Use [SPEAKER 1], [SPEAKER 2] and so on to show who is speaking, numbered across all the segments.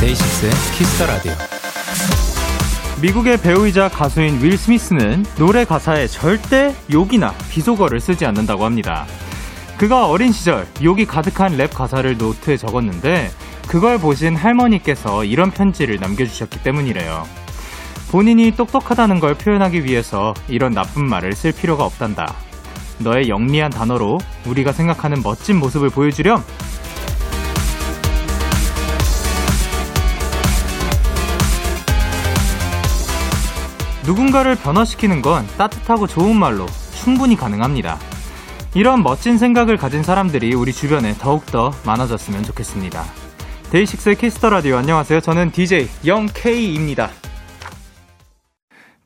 [SPEAKER 1] 데이비스의 키스터 라디오.
[SPEAKER 2] 미국의 배우이자 가수인 윌 스미스는 노래 가사에 절대 욕이나 비속어를 쓰지 않는다고 합니다. 그가 어린 시절 욕이 가득한 랩 가사를 노트에 적었는데 그걸 보신 할머니께서 이런 편지를 남겨주셨기 때문이래요. 본인이 똑똑하다는 걸 표현하기 위해서 이런 나쁜 말을 쓸 필요가 없단다. 너의 영리한 단어로 우리가 생각하는 멋진 모습을 보여주렴 누군가를 변화시키는 건 따뜻하고 좋은 말로 충분히 가능합니다. 이런 멋진 생각을 가진 사람들이 우리 주변에 더욱더 많아졌으면 좋겠습니다. 데이식스의 키스터 라디오 안녕하세요. 저는 DJ 영K입니다.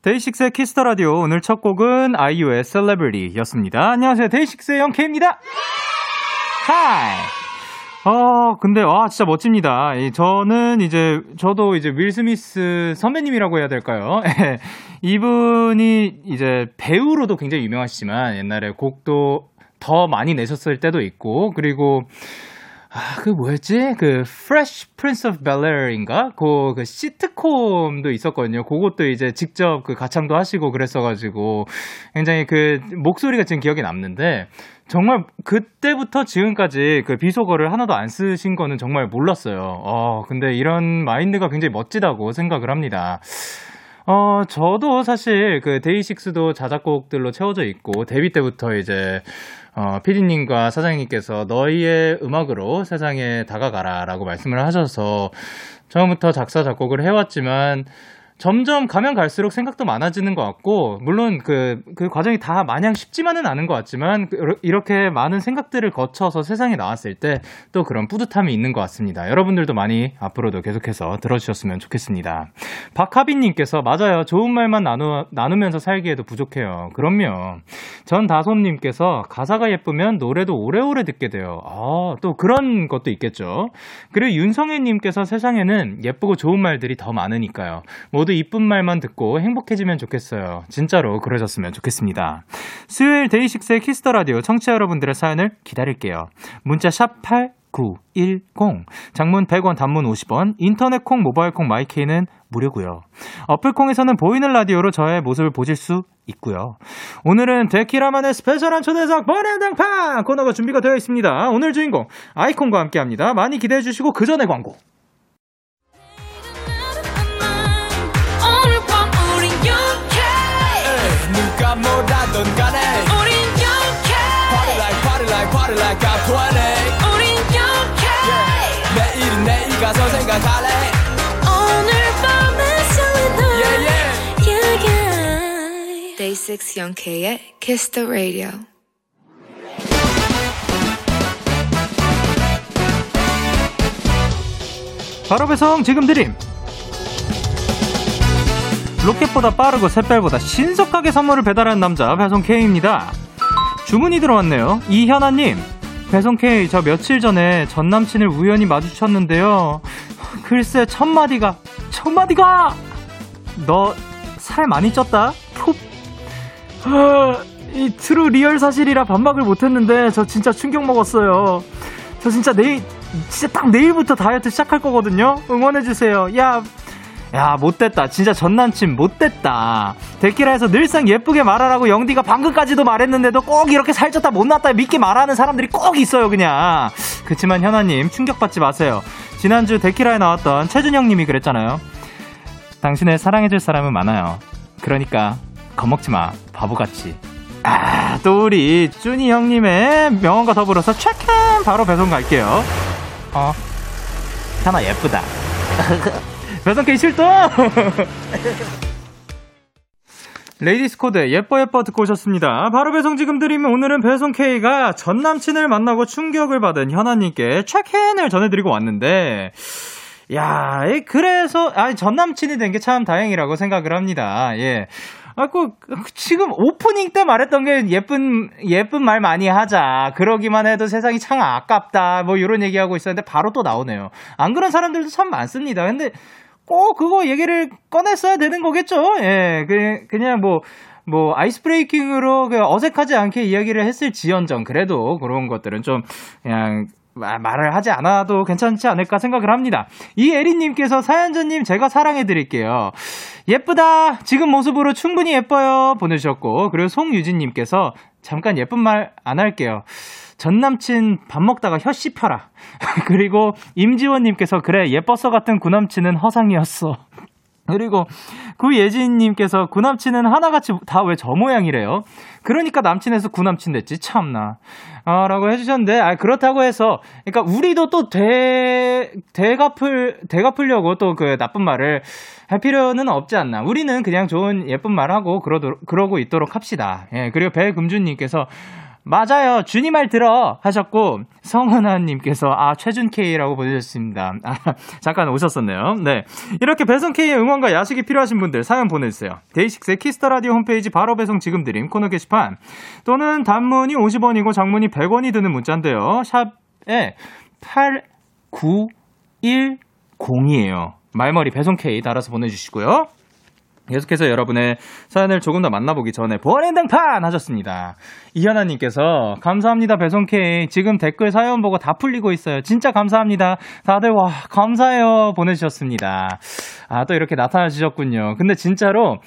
[SPEAKER 2] 데이식스의 키스터 라디오 오늘 첫 곡은 아이유의 셀레브리였습니다. 안녕하세요. 데이식스의 영K입니다. 하이. 어, 근데, 와, 진짜 멋집니다. 이, 저는 이제, 저도 이제 윌 스미스 선배님이라고 해야 될까요? 예. 이분이 이제 배우로도 굉장히 유명하시지만 옛날에 곡도 더 많이 내셨을 때도 있고, 그리고, 아, 그 뭐였지? 그 Fresh Prince of Bel Air인가? 그, 그 시트콤도 있었거든요. 그것도 이제 직접 그 가창도 하시고 그랬어가지고 굉장히 그 목소리가 지금 기억에 남는데 정말 그때부터 지금까지 그 비속어를 하나도 안 쓰신 거는 정말 몰랐어요. 어, 근데 이런 마인드가 굉장히 멋지다고 생각을 합니다. 어, 저도 사실 그 데이식스도 자작곡들로 채워져 있고, 데뷔 때부터 이제, 어, 피디님과 사장님께서 너희의 음악으로 세상에 다가가라 라고 말씀을 하셔서, 처음부터 작사, 작곡을 해왔지만, 점점 가면 갈수록 생각도 많아지는 것 같고, 물론 그, 그 과정이 다 마냥 쉽지만은 않은 것 같지만, 그- 이렇게 많은 생각들을 거쳐서 세상에 나왔을 때 또 그런 뿌듯함이 있는 것 같습니다. 여러분들도 많이 앞으로도 계속해서 들어주셨으면 좋겠습니다. 박하빈님께서 맞아요. 좋은 말만 나누, 나누면서 살기에도 부족해요. 그럼요. 전 다솜님께서 가사가 예쁘면 노래도 오래오래 듣게 돼요. 아, 또 그런 것도 있겠죠. 그리고 윤성애님께서 세상에는 예쁘고 좋은 말들이 더 많으니까요. 모두 이쁜 말만 듣고 행복해지면 좋겠어요. 진짜로 그러셨으면 좋겠습니다. 수요일 데이식스의 키스터 라디오 청취자 여러분들의 사연을 기다릴게요. 문자 샵 8910. 장문 100원, 단문 50원. 인터넷 콩, 모바일 콩, 마이케이는 무료고요. 어플 콩에서는 보이는 라디오로 저의 모습을 보실 수 있고요. 오늘은 데키라만의 스페셜한 초대석 번외당판 코너가 준비가 되어 있습니다. 오늘 주인공 아이콘과 함께합니다. 많이 기대해 주시고 그 전에 광고.
[SPEAKER 3] 오늘 밤 우린 영케
[SPEAKER 4] 누가 네, 뭐라던 간에
[SPEAKER 3] 우린 영케
[SPEAKER 4] Party like party like party like I'm 20
[SPEAKER 3] 우린 영케
[SPEAKER 4] 내일은 내일 가서 생각할래
[SPEAKER 3] 오늘 밤에 설레는
[SPEAKER 4] Yeah yeah
[SPEAKER 3] 얘기
[SPEAKER 5] Day 6 Young K의 Kiss the Radio.
[SPEAKER 2] 바로 배송 지금 드림. 로켓보다 빠르고 샛별보다 신속하게 선물을 배달하는 남자 배송 K입니다. 주문이 들어왔네요. 이현아님. 배송 K 저 며칠 전에 전 남친을 우연히 마주쳤는데요. 글쎄 첫 마디가 첫 마디가 너 살 많이 쪘다. 푹. 아, 이 트루 리얼 사실이라 반박을 못했는데 저 진짜 충격 먹었어요. 저 진짜 내일 진짜 딱 내일부터 다이어트 시작할 거거든요. 응원해 주세요. 야. 야, 못됐다. 진짜 전남친 못됐다. 데키라에서 늘상 예쁘게 말하라고 영디가 방금까지도 말했는데도 꼭 이렇게 살쪘다 못났다 믿게 말하는 사람들이 꼭 있어요, 그냥. 그치만 현아님, 충격받지 마세요. 지난주 데키라에 나왔던 최준영님이 그랬잖아요. 당신을 사랑해줄 사람은 많아요. 그러니까 겁먹지 마, 바보같이. 아, 또 우리 쭈니 형님의 명언과 더불어서 체크 바로 배송 갈게요. 어, 하나 예쁘다. 배송 게임 실동. 레이디스 코드 예뻐 예뻐 듣고 오셨습니다. 바로 배송 지금 드리면 오늘은 배송 K가 전 남친을 만나고 충격을 받은 현아님께 체크인을 전해드리고 왔는데 야, 이 그래서 아니 전 남친이 된 게 참 다행이라고 생각을 합니다. 예. 아그 지금 오프닝 때 말했던 게 예쁜 예쁜 말 많이 하자. 그러기만 해도 세상이 참 아깝다. 뭐 이런 얘기하고 있었는데 바로 또 나오네요. 안 그런 사람들도 참 많습니다. 근데 꼭 그거 얘기를 꺼냈어야 되는 거겠죠? 예. 그 그냥 뭐 뭐 아이스 브레이킹으로 그 어색하지 않게 이야기를 했을 지연정 그래도 그런 것들은 좀 그냥 마- 말을 하지 않아도 괜찮지 않을까 생각을 합니다. 이 에리님께서 사연자님 제가 사랑해드릴게요. 예쁘다. 지금 모습으로 충분히 예뻐요. 보내주셨고, 그리고 송유진님께서 잠깐 예쁜 말 안 할게요. 전 남친 밥 먹다가 혀 씹혀라. 그리고 임지원님께서 그래 예뻤어 같은 구남친은 허상이었어. 그리고 구예진님께서 구남친은 하나같이 다 왜 저 모양이래요? 그러니까 남친에서 구남친 됐지 참나 아라고 해주셨는데 아 그렇다고 해서 그러니까 우리도 또대 대갚을 대갚으려고 또 그 나쁜 말을 할 필요는 없지 않나 우리는 그냥 좋은 예쁜 말하고 그러도 그러고 있도록 합시다 예 그리고 배금준님께서 맞아요. 준이 말 들어 하셨고 성은아님께서 아 최준 K라고 보내주셨습니다. 아, 잠깐 오셨었네요. 네 이렇게 배송 K의 응원과 야식이 필요하신 분들 사연 보내주세요. 데이식스의 키스터 라디오 홈페이지 바로 배송 지금 드림 코너 게시판 또는 단문이 50원이고 장문이 100원이 드는 문자인데요. 샵에 8910이에요. 말머리 배송 K 달아서 보내주시고요. 계속해서 여러분의 사연을 조금 더 만나보기 전에 보안의 등판 하셨습니다. 이현아님께서 감사합니다 배송K 지금 댓글 사연 보고 다 풀리고 있어요. 진짜 감사합니다. 다들 와 감사해요 보내주셨습니다. 아 또 이렇게 나타나 주셨군요. 근데 진짜로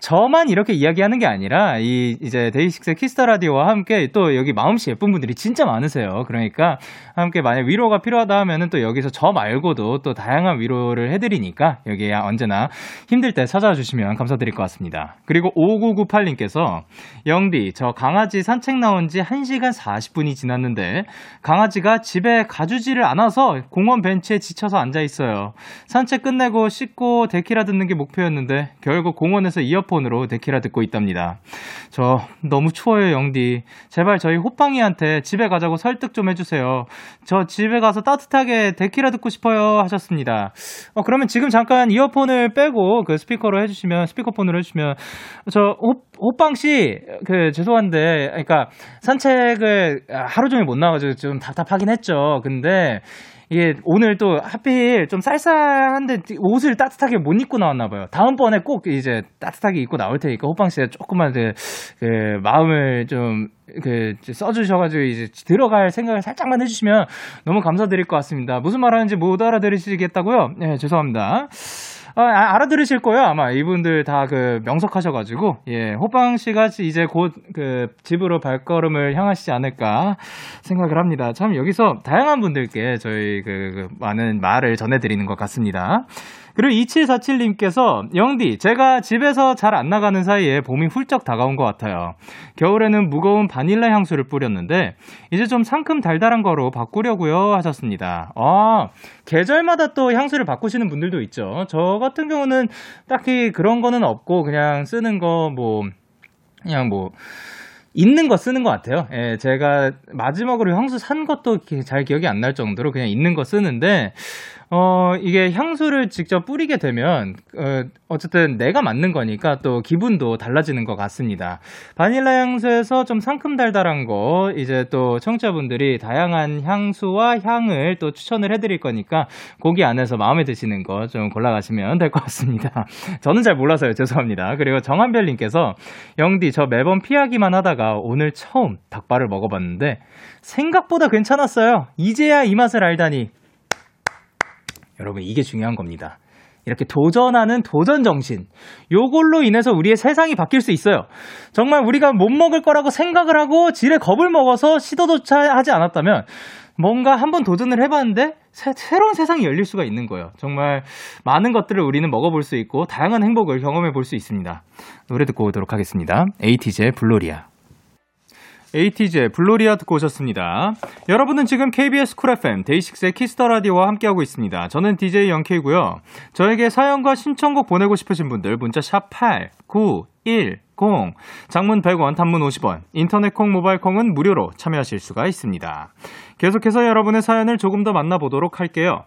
[SPEAKER 2] 저만 이렇게 이야기하는 게 아니라 이 이제 데이식스의 키스터 라디오와 함께 또 여기 마음씨 예쁜 분들이 진짜 많으세요. 그러니까 함께 만약 위로가 필요하다 하면은 또 여기서 저 말고도 또 다양한 위로를 해드리니까 여기에 언제나 힘들 때 찾아와 주시면 감사드릴 것 같습니다. 그리고 5998님께서 영디 저 강아지 산책 나온 지 1시간 40분이 지났는데 강아지가 집에 가주지를 않아서 공원 벤치에 지쳐서 앉아 있어요. 산책 끝내고 씻고 데키라 듣는 게 목표였는데 결국 공원에서 이어폰으로 데키라 듣고 있답니다. 저 너무 추워요, 영디. 제발 저희 호빵이한테 집에 가자고 설득 좀 해주세요. 저 집에 가서 따뜻하게 데키라 듣고 싶어요 하셨습니다. 어, 그러면 지금 잠깐 이어폰을 빼고 그 스피커로 해주시면 스피커폰으로 해주시면 저 호, 호빵 씨그 죄송한데 그러니까 산책을 하루 종일 못 나가지고 좀 답답하긴 했죠. 근데 이게 오늘 또 하필 좀 쌀쌀한데 옷을 따뜻하게 못 입고 나왔나 봐요. 다음번에 꼭 이제 따뜻하게 입고 나올 테니까 호빵 씨가 조금만 이제 그 마음을 좀 그 써주셔가지고 이제 들어갈 생각을 살짝만 해주시면 너무 감사드릴 것 같습니다. 무슨 말하는지 못 알아들으시겠다고요? 네 죄송합니다. 아, 아, 알아들으실 거예요 아마 이분들 다 그 명석하셔가지고 예 호빵 씨가 이제 곧 그 집으로 발걸음을 향하시지 않을까 생각을 합니다. 참 여기서 다양한 분들께 저희 그, 그 많은 말을 전해드리는 것 같습니다. 그리고 2747님께서 영디 제가 집에서 잘 안 나가는 사이에 봄이 훌쩍 다가온 것 같아요. 겨울에는 무거운 바닐라 향수를 뿌렸는데 이제 좀 상큼 달달한 거로 바꾸려고요 하셨습니다. 아 계절마다 또 향수를 바꾸시는 분들도 있죠. 저 같은 경우는 딱히 그런 거는 없고 그냥 쓰는 거 뭐 그냥 뭐 있는 거 쓰는 것 같아요. 예, 제가 마지막으로 향수 산 것도 기- 잘 기억이 안 날 정도로 그냥 있는 거 쓰는데, 어, 이게 향수를 직접 뿌리게 되면, 어, 어쨌든 내가 맞는 거니까 또 기분도 달라지는 것 같습니다. 바닐라 향수에서 좀 상큼달달한 거, 이제 또 청취자분들이 다양한 향수와 향을 또 추천을 해드릴 거니까, 고기 안에서 마음에 드시는 거 좀 골라가시면 될 것 같습니다. 저는 잘 몰라서요. 죄송합니다. 그리고 정한별님께서, 영디 저 매번 피하기만 하다가 오늘 처음 닭발을 먹어봤는데 생각보다 괜찮았어요. 이제야 이 맛을 알다니. 여러분 이게 중요한 겁니다. 이렇게 도전하는 도전 정신. 요걸로 인해서 우리의 세상이 바뀔 수 있어요. 정말 우리가 못 먹을 거라고 생각을 하고 지레 겁을 먹어서 시도조차 하지 않았다면 뭔가 한번 도전을 해봤는데 새, 새로운 세상이 열릴 수가 있는 거예요. 정말 많은 것들을 우리는 먹어볼 수 있고 다양한 행복을 경험해 볼 수 있습니다. 노래 듣고 오도록 하겠습니다. 에이티즈의 블로리아. 에이티즈의 블로리아 듣고 오셨습니다. 여러분은 지금 KBS 쿨 FM 데이식스의 키스터 라디오와 함께하고 있습니다. 저는 DJ 영케이고요. 저에게 사연과 신청곡 보내고 싶으신 분들 문자 샵 8, 9, 1, 0 장문 100원, 단문 50원, 인터넷 콩, 모바일 콩은 무료로 참여하실 수가 있습니다. 계속해서 여러분의 사연을 조금 더 만나보도록 할게요.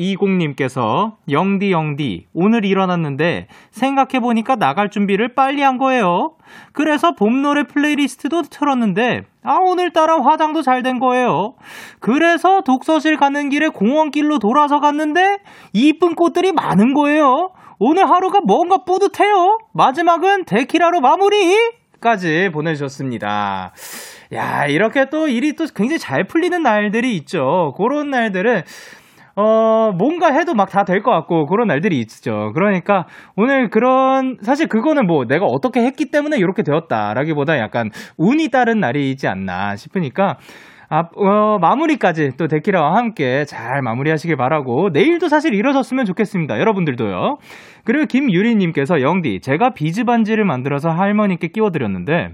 [SPEAKER 2] 3620님께서 영디 영디 오늘 일어났는데 생각해보니까 나갈 준비를 빨리 한 거예요. 그래서 봄 노래 플레이리스트도 틀었는데 아 오늘따라 화장도 잘 된 거예요. 그래서 독서실 가는 길에 공원길로 돌아서 갔는데 이쁜 꽃들이 많은 거예요. 오늘 하루가 뭔가 뿌듯해요. 마지막은 데키라로 마무리! 까지 보내주셨습니다. 야, 이렇게 또 일이 또 굉장히 잘 풀리는 날들이 있죠. 그런 날들은 어, 뭔가 해도 막 다 될 것 같고 그런 날들이 있죠. 그러니까 오늘 그런 사실 그거는 뭐 내가 어떻게 했기 때문에 이렇게 되었다라기보다 약간 운이 따른 날이 있지 않나 싶으니까 아, 어, 마무리까지 또 데키라와 함께 잘 마무리하시길 바라고 내일도 사실 이뤄졌으면 좋겠습니다. 여러분들도요. 그리고 김유리님께서 영디 제가 비즈 반지를 만들어서 할머니께 끼워드렸는데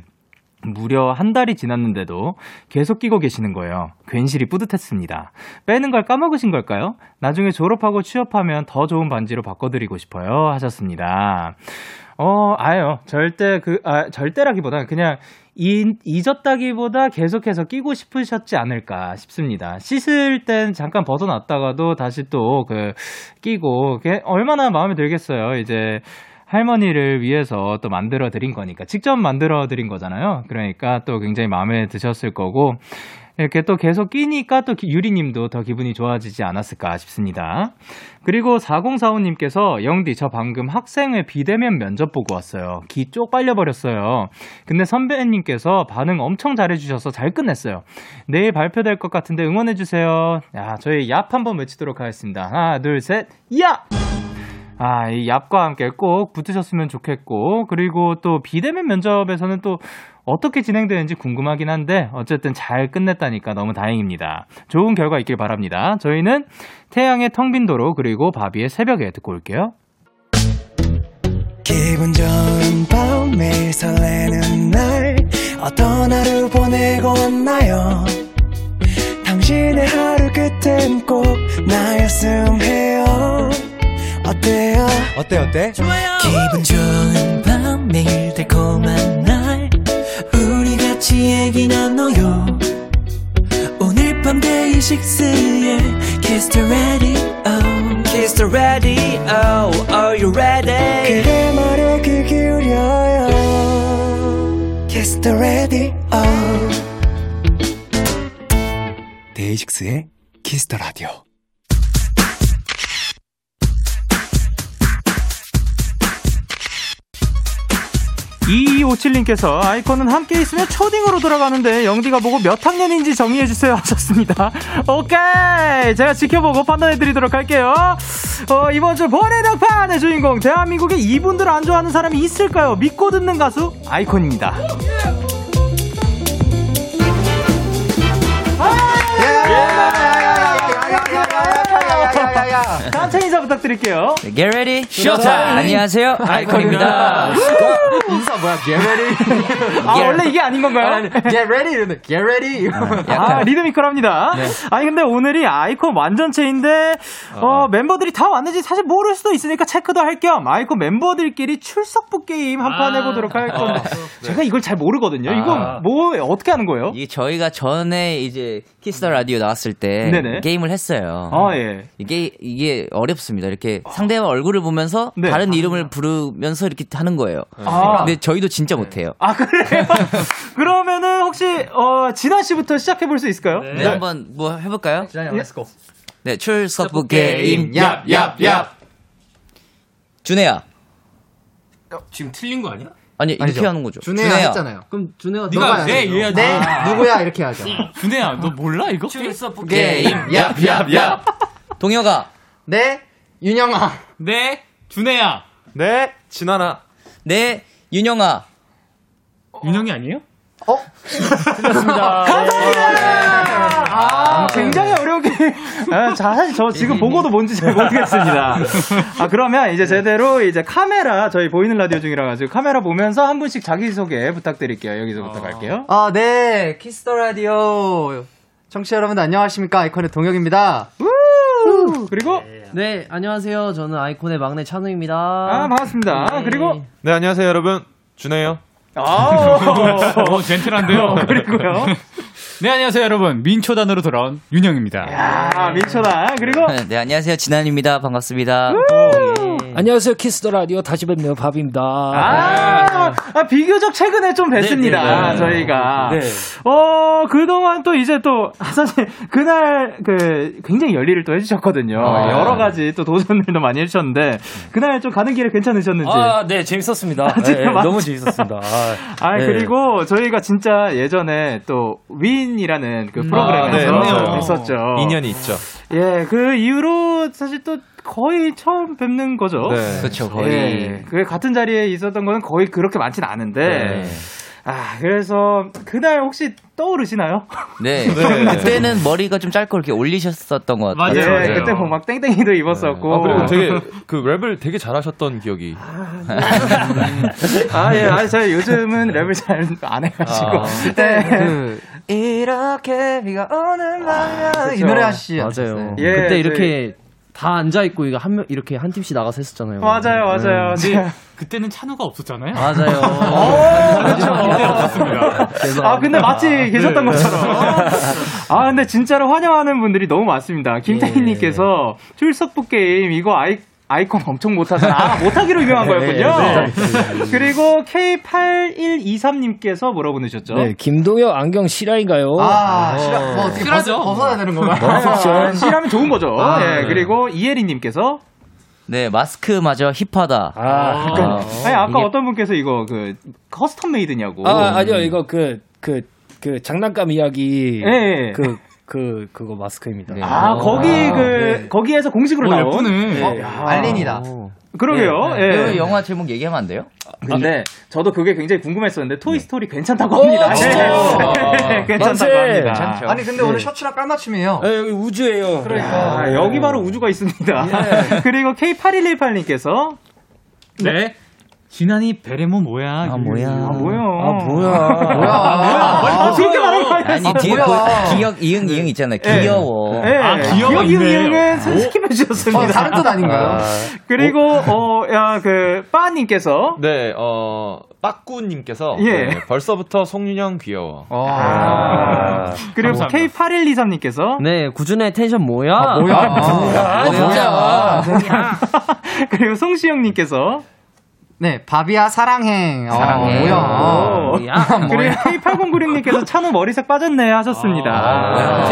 [SPEAKER 2] 무려 한 달이 지났는데도 계속 끼고 계시는 거예요. 괜시리 뿌듯했습니다. 빼는 걸 까먹으신 걸까요? 나중에 졸업하고 취업하면 더 좋은 반지로 바꿔드리고 싶어요. 하셨습니다. 어, 아요. 절대 그, 아, 절대라기보다 그냥 이, 잊었다기보다 계속해서 끼고 싶으셨지 않을까 싶습니다. 씻을 땐 잠깐 벗어났다가도 다시 또 그, 끼고, 그게 얼마나 마음에 들겠어요. 이제, 할머니를 위해서 또 만들어 드린 거니까 직접 만들어 드린 거잖아요. 그러니까 또 굉장히 마음에 드셨을 거고 이렇게 또 계속 끼니까 또 기- 유리님도 더 기분이 좋아지지 않았을까 싶습니다. 그리고 4045님께서 영디 저 방금 학생회 비대면 면접 보고 왔어요. 기 쪽 빨려버렸어요. 근데 선배님께서 반응 엄청 잘해주셔서 잘 끝냈어요. 내일 발표될 것 같은데 응원해주세요. 야 저희 얍 한번 외치도록 하겠습니다. 하나 둘셋 야! 아, 이 얍과 함께 꼭 붙으셨으면 좋겠고, 그리고 또 비대면 면접에서는 또 어떻게 진행되는지 궁금하긴 한데, 어쨌든 잘 끝냈다니까 너무 다행입니다. 좋은 결과 있길 바랍니다. 저희는 태양의 텅 빈 도로, 그리고 바비의 새벽에 듣고 올게요.
[SPEAKER 6] 기분 좋은 밤 매일 설레는 날 어떤 하루 보내고 왔나요 당신의 하루 끝엔 꼭 나였음 해요 어때요
[SPEAKER 7] 어때 어때?
[SPEAKER 6] 기분 좋은 밤 매일 달콤한 날 우리 같이 얘기 나눠요 오늘 밤 데이식스의 Kiss the Radio
[SPEAKER 7] Kiss the radio, are you ready?
[SPEAKER 6] 그대 말에 귀 기울여요 Kiss the radio 데이식스의 키스 더 라디오
[SPEAKER 2] 이5 7님께서 아이콘은 함께 있으면 초딩으로 돌아가는데 영디가 보고 몇 학년인지 정리해주세요 하셨습니다. 오케이! 제가 지켜보고 판단해드리도록 할게요. 어, 이번 주 번외력판의 주인공, 대한민국에 이분들 안 좋아하는 사람이 있을까요? 믿고 듣는 가수, 아이콘입니다. 단체 인사 부탁드릴게요.
[SPEAKER 8] Get ready, showtime. 안녕하세요, 아이콘입니다.
[SPEAKER 7] 인사 뭐야? Get ready.
[SPEAKER 2] 아, 원래 이게 아닌 건가요?
[SPEAKER 7] Get ready. 이러는데 Get ready.
[SPEAKER 2] 아, 리드미컬합니다.
[SPEAKER 9] 네.
[SPEAKER 2] 아니, 근데 오늘이 아이콘 완전체인데, 어, 멤버들이 다 왔는지 사실 모를 수도 있으니까 체크도 할 겸 아이콘 멤버들끼리 출석부 게임 한
[SPEAKER 9] 아.
[SPEAKER 2] 판 해보도록 할 건데, 제가 이걸 잘 모르거든요. 이건 뭐, 어떻게 하는 거예요?
[SPEAKER 8] 이게 저희가 전에 이제 키스터 라디오 나왔을 때
[SPEAKER 2] 네네.
[SPEAKER 8] 게임을 했어요.
[SPEAKER 2] 아, 예.
[SPEAKER 8] 이게 이게 어렵습니다. 이렇게 상대와 얼굴을 보면서
[SPEAKER 2] 네.
[SPEAKER 8] 다른 이름을 부르면서 이렇게 하는 거예요.
[SPEAKER 2] 아.
[SPEAKER 8] 근데 저희도 진짜 못해요.
[SPEAKER 2] 아, 그래요? 그러면은 혹시, 어, 진아 씨부터 시작해볼 수 있을까요?
[SPEAKER 8] 네, 한번 뭐 해볼까요?
[SPEAKER 7] Let's go.
[SPEAKER 8] 네, 출석부 게임.
[SPEAKER 7] 얍, 얍, 얍.
[SPEAKER 8] 준혜야.
[SPEAKER 9] 지금 틀린 거 아니야?
[SPEAKER 8] 아니 이렇게 하는 거죠.
[SPEAKER 4] 준혜야, 했잖아요. 그럼 준혜가
[SPEAKER 9] 네가
[SPEAKER 4] 해야
[SPEAKER 9] 네
[SPEAKER 4] 되죠.
[SPEAKER 9] 이래야지.
[SPEAKER 4] 네 누구야 이렇게 하자.
[SPEAKER 9] 준혜야, 너 몰라 이거?
[SPEAKER 8] 출석부
[SPEAKER 4] 게임.
[SPEAKER 9] 야, 야, 야.
[SPEAKER 8] 동혁아.
[SPEAKER 4] 네 윤영아.
[SPEAKER 9] 네, 준혜야.
[SPEAKER 2] 네.
[SPEAKER 7] 진환아.
[SPEAKER 8] 네, 윤영아.
[SPEAKER 9] 윤영이 아니에요?
[SPEAKER 2] 아, 굉장히 어려운 게임. 예. 아, 자, 사실 저 지금 보고도 뭔지 잘 모르겠습니다. 아, 그러면 이제 제대로 이제 카메라, 저희 보이는 라디오 중이라 가지고 카메라 보면서 한 분씩 자기소개 부탁드릴게요. 여기서부터 갈게요.
[SPEAKER 4] 아네 키스 더 라디오 청취자 여러분 안녕하십니까 아이콘의 동혁입니다.
[SPEAKER 2] 그리고,
[SPEAKER 10] 네, 안녕하세요. 저는 아이콘의 막내 찬우입니다.
[SPEAKER 2] 아, 반갑습니다. 그리고,
[SPEAKER 11] 네 안녕하세요 여러분 준해요
[SPEAKER 2] 아
[SPEAKER 9] 어, 젠틀한데요.
[SPEAKER 2] 그리고요.
[SPEAKER 9] 네, 안녕하세요, 여러분. 민초단으로 돌아온 윤영입니다.
[SPEAKER 2] 아, 민초다. 그리고, 어,
[SPEAKER 8] 네, 안녕하세요. 진한입니다. 반갑습니다.
[SPEAKER 12] 안녕하세요. 키스 더 라디오 다시 뵙네요. 밥입니다.
[SPEAKER 2] 아, 아, 비교적 최근에 좀 뵀습니다.
[SPEAKER 12] 네, 네.
[SPEAKER 2] 저희가.
[SPEAKER 12] 네.
[SPEAKER 2] 어, 그동안 또 이제 또, 아, 사실, 그날, 그, 굉장히 열일을 또 해주셨거든요.
[SPEAKER 12] 아.
[SPEAKER 2] 여러 가지 또 도전들도 많이 해주셨는데, 그날 좀 가는 길에 괜찮으셨는지.
[SPEAKER 12] 아, 네, 재밌었습니다.
[SPEAKER 2] 진짜
[SPEAKER 12] 예, 예,
[SPEAKER 2] 맞죠?
[SPEAKER 12] 너무 재밌었습니다. 아,
[SPEAKER 2] 아
[SPEAKER 12] 네.
[SPEAKER 2] 그리고 저희가 진짜 예전에 또 윈이라는 그 프로그램에서
[SPEAKER 9] 아, 네, 맞아요.
[SPEAKER 2] 했었죠.
[SPEAKER 9] 인연이 있죠.
[SPEAKER 2] 예, 그 이후로 사실 또 거의 처음 뵙는 거죠.
[SPEAKER 9] 네. 그쵸, 거의.
[SPEAKER 2] 예, 그 같은 자리에 있었던 거는 거의 그렇게 많진 않은데.
[SPEAKER 8] 네.
[SPEAKER 2] 아, 그래서 그날 혹시 떠오르시나요?
[SPEAKER 8] 네.
[SPEAKER 2] 네.
[SPEAKER 8] 그때는 머리가 좀 짧고 이렇게 올리셨었던 것 같아요.
[SPEAKER 2] 맞아요. 예, 그때 뭐 막 땡땡이도 입었었고.
[SPEAKER 9] 아, 그리고 되게 그 랩을 되게 잘하셨던 기억이.
[SPEAKER 2] 네. 아, 예, 아, 저 요즘은 랩을 잘 안 해가지고.
[SPEAKER 9] 아.
[SPEAKER 2] 네.
[SPEAKER 4] 이렇게 비가 오는 밤이야
[SPEAKER 13] 이그 노래
[SPEAKER 4] 네.
[SPEAKER 13] 하시죠. 맞아요.
[SPEAKER 2] 예,
[SPEAKER 13] 그때
[SPEAKER 2] 저희-
[SPEAKER 13] 이렇게 다 앉아 있고 이거 한 명 이렇게 한 팀씩 나가서 했었잖아요. 네.
[SPEAKER 14] 근데 그때는 찬우가 없었잖아요.
[SPEAKER 13] 맞아요.
[SPEAKER 8] 어,
[SPEAKER 4] 그렇죠.
[SPEAKER 2] 아, 근데 마치
[SPEAKER 12] 네.
[SPEAKER 2] 계셨던 것처럼. 아, 근데 진짜로 환영하는 분들이 너무
[SPEAKER 12] 예.
[SPEAKER 2] 많습니다. 김태희님께서 출석부 게임 이거 아이, 아이콘 엄청 못하잖아. 아, 못하기로 유명한 거였군요.
[SPEAKER 12] 네,
[SPEAKER 2] 그리고 K8123님께서 뭐라고 보내셨죠?
[SPEAKER 12] 네, 김동혁 안경 실화인가요?
[SPEAKER 2] 아, 실화- 뭐 어떻게 실화죠. 벗- 벗어야
[SPEAKER 15] 되는
[SPEAKER 2] 아, 실하면 좋은 거죠.
[SPEAKER 8] 아,
[SPEAKER 2] 예,
[SPEAKER 8] 네.
[SPEAKER 2] 그리고 이혜리님께서
[SPEAKER 8] 네, 마스크마저 힙하다.
[SPEAKER 12] 아,
[SPEAKER 2] 그러니까, 아니 아까
[SPEAKER 8] 이게-
[SPEAKER 2] 어떤 분께서 이거 그 커스텀 메이드냐고.
[SPEAKER 12] 아, 아니요. 이거 그, 그, 그 장난감 이야기.
[SPEAKER 2] 예, 예.
[SPEAKER 12] 그, 그, 그거 마스크입니다.
[SPEAKER 2] 아, 거기 그 거기에서 공식으로
[SPEAKER 12] 오,
[SPEAKER 2] 나온
[SPEAKER 12] 예쁘네.
[SPEAKER 2] 어,
[SPEAKER 12] 야.
[SPEAKER 2] 알린이다. 그러게요.
[SPEAKER 8] 네, 네.
[SPEAKER 2] 예.
[SPEAKER 8] 그 영화 제목 얘기하면 안 돼요?
[SPEAKER 2] 근데 저도 그게 굉장히 궁금했었는데 토이 스토리 괜찮다고 합니다. 예. 괜찮다고 합니다.
[SPEAKER 15] 아니
[SPEAKER 4] 네.
[SPEAKER 15] 근데 오늘 셔츠랑 깔맞춤이에요.
[SPEAKER 12] 여기 우주예요.
[SPEAKER 2] 그러니까 아, 여기 바로 우주가 있습니다. 그리고 K8118님께서
[SPEAKER 14] 네. 지난이 베레모 뭐야? 아
[SPEAKER 8] 뭐야?
[SPEAKER 14] 아
[SPEAKER 2] 뭐야? 아
[SPEAKER 8] 뭐야?
[SPEAKER 14] 뭐야? 머리
[SPEAKER 2] 아, 그렇게 말하는 거 아니야?
[SPEAKER 8] 아니, 뒤에 그 기억 이응 이응 있잖아요.
[SPEAKER 2] 예.
[SPEAKER 8] 귀여워.
[SPEAKER 2] 예. 기억 이응이응은 스킵해 주셨습니다.
[SPEAKER 8] 어, 다른 뜻 아닌가요?
[SPEAKER 2] 그리고 어, 어야그 빠님께서
[SPEAKER 9] 네, 어, 빠꾸님께서
[SPEAKER 2] 예.
[SPEAKER 9] 네, 벌써부터 송윤영 귀여워.
[SPEAKER 15] 어.
[SPEAKER 2] 아. 그리고
[SPEAKER 9] 감사합니다.
[SPEAKER 2] K8123님께서
[SPEAKER 13] 네, 구준의 텐션 뭐야?
[SPEAKER 2] 아, 뭐야? 아,
[SPEAKER 13] 뭐야?
[SPEAKER 15] 아.
[SPEAKER 2] 그리고 송시영님께서
[SPEAKER 15] 네, 밥이야 사랑해.
[SPEAKER 2] 사랑해.
[SPEAKER 15] 어,
[SPEAKER 2] 오.
[SPEAKER 15] 뭐야?
[SPEAKER 2] 그리고 K8096님께서 찬우 머리색 빠졌네 하셨습니다. 아,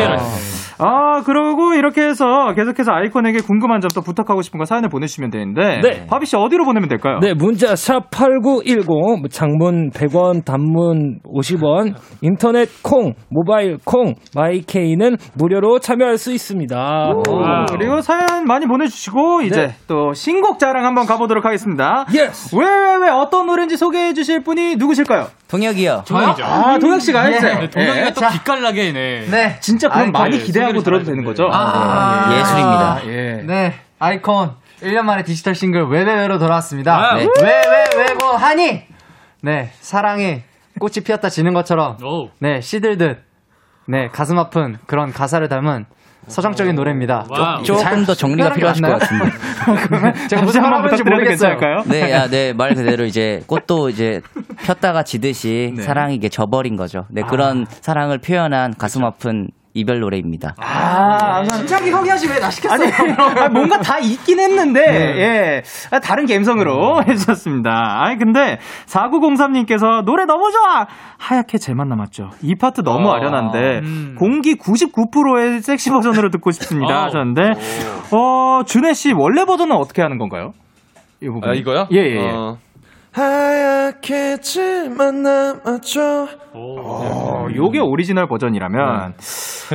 [SPEAKER 2] 그러고 이렇게 해서 계속해서 아이콘에게 궁금한 점 또 부탁하고 싶은 거 사연을 보내주시면 되는데
[SPEAKER 12] 네.
[SPEAKER 2] 바비 씨 어디로 보내면 될까요?
[SPEAKER 12] 네, 문자 샵8910 장문 100원, 단문 50원, 인터넷 콩, 모바일 콩, 마이케이는 무료로 참여할 수 있습니다.
[SPEAKER 2] 오, 아, 그리고 사연 많이 보내주시고 이제
[SPEAKER 12] 네.
[SPEAKER 2] 또 신곡 자랑 한번 가보도록 하겠습니다. 왜 왜 왜 어떤 노래인지 소개해주실 분이 누구실까요?
[SPEAKER 8] 동혁이요.
[SPEAKER 14] 동혁이죠.
[SPEAKER 2] 아 동혁 씨가 해주세요.
[SPEAKER 14] 네, 동혁이가 또 기깔나게 네.
[SPEAKER 15] 네.
[SPEAKER 2] 진짜 그럼
[SPEAKER 15] 아이콘.
[SPEAKER 2] 많이 기대하고 들어도 되는 거죠?
[SPEAKER 15] 아,
[SPEAKER 2] 예. 예술입니다.
[SPEAKER 15] 네, 아이콘 1년 만에 디지털 싱글 왜왜왜로 돌아왔습니다.
[SPEAKER 2] 아, 네.
[SPEAKER 15] 왜왜왜뭐 하니? 네, 사랑해 꽃이 피었다 지는 것처럼 네 시들듯 네 가슴 아픈 그런 가사를 담은 서정적인 노래입니다.
[SPEAKER 8] 조금
[SPEAKER 15] 잘
[SPEAKER 8] 더 정리가
[SPEAKER 15] 표현한 게
[SPEAKER 8] 필요하실 것
[SPEAKER 15] 맞나요?
[SPEAKER 2] 네.
[SPEAKER 15] 그러면 제가 무슨 말 하는지 모르겠어요.
[SPEAKER 8] 네, 야, 네, 말 그대로 이제 꽃도 이제 폈다가 지듯이 사랑이 이게 져버린 거죠. 네, 그런 사랑을 표현한 가슴 아픈 이별 노래입니다.
[SPEAKER 2] 아, 아,
[SPEAKER 15] 진작에 허기하시 왜
[SPEAKER 2] 아니,
[SPEAKER 15] 나시켰어요?
[SPEAKER 2] 아, 뭔가 다 있긴 했는데, 예. 아, 다른 감성으로 해주셨습니다. 아니, 근데, 4903님께서 노래 너무 좋아! 하얗게 제만 남았죠. 이 파트 너무
[SPEAKER 1] 아,
[SPEAKER 2] 아련한데, 공기 99%의 섹시 버전으로 듣고 싶습니다.
[SPEAKER 1] 아,
[SPEAKER 2] 하셨는데, 어, 준혜씨, 원래 버전은 어떻게 하는 건가요? 이 부분.
[SPEAKER 9] 아, 이거요?
[SPEAKER 2] 예, 예. 예.
[SPEAKER 9] 어.
[SPEAKER 1] 하얗게 지만 남았죠.
[SPEAKER 2] 어, 요게 오리지널 버전이라면,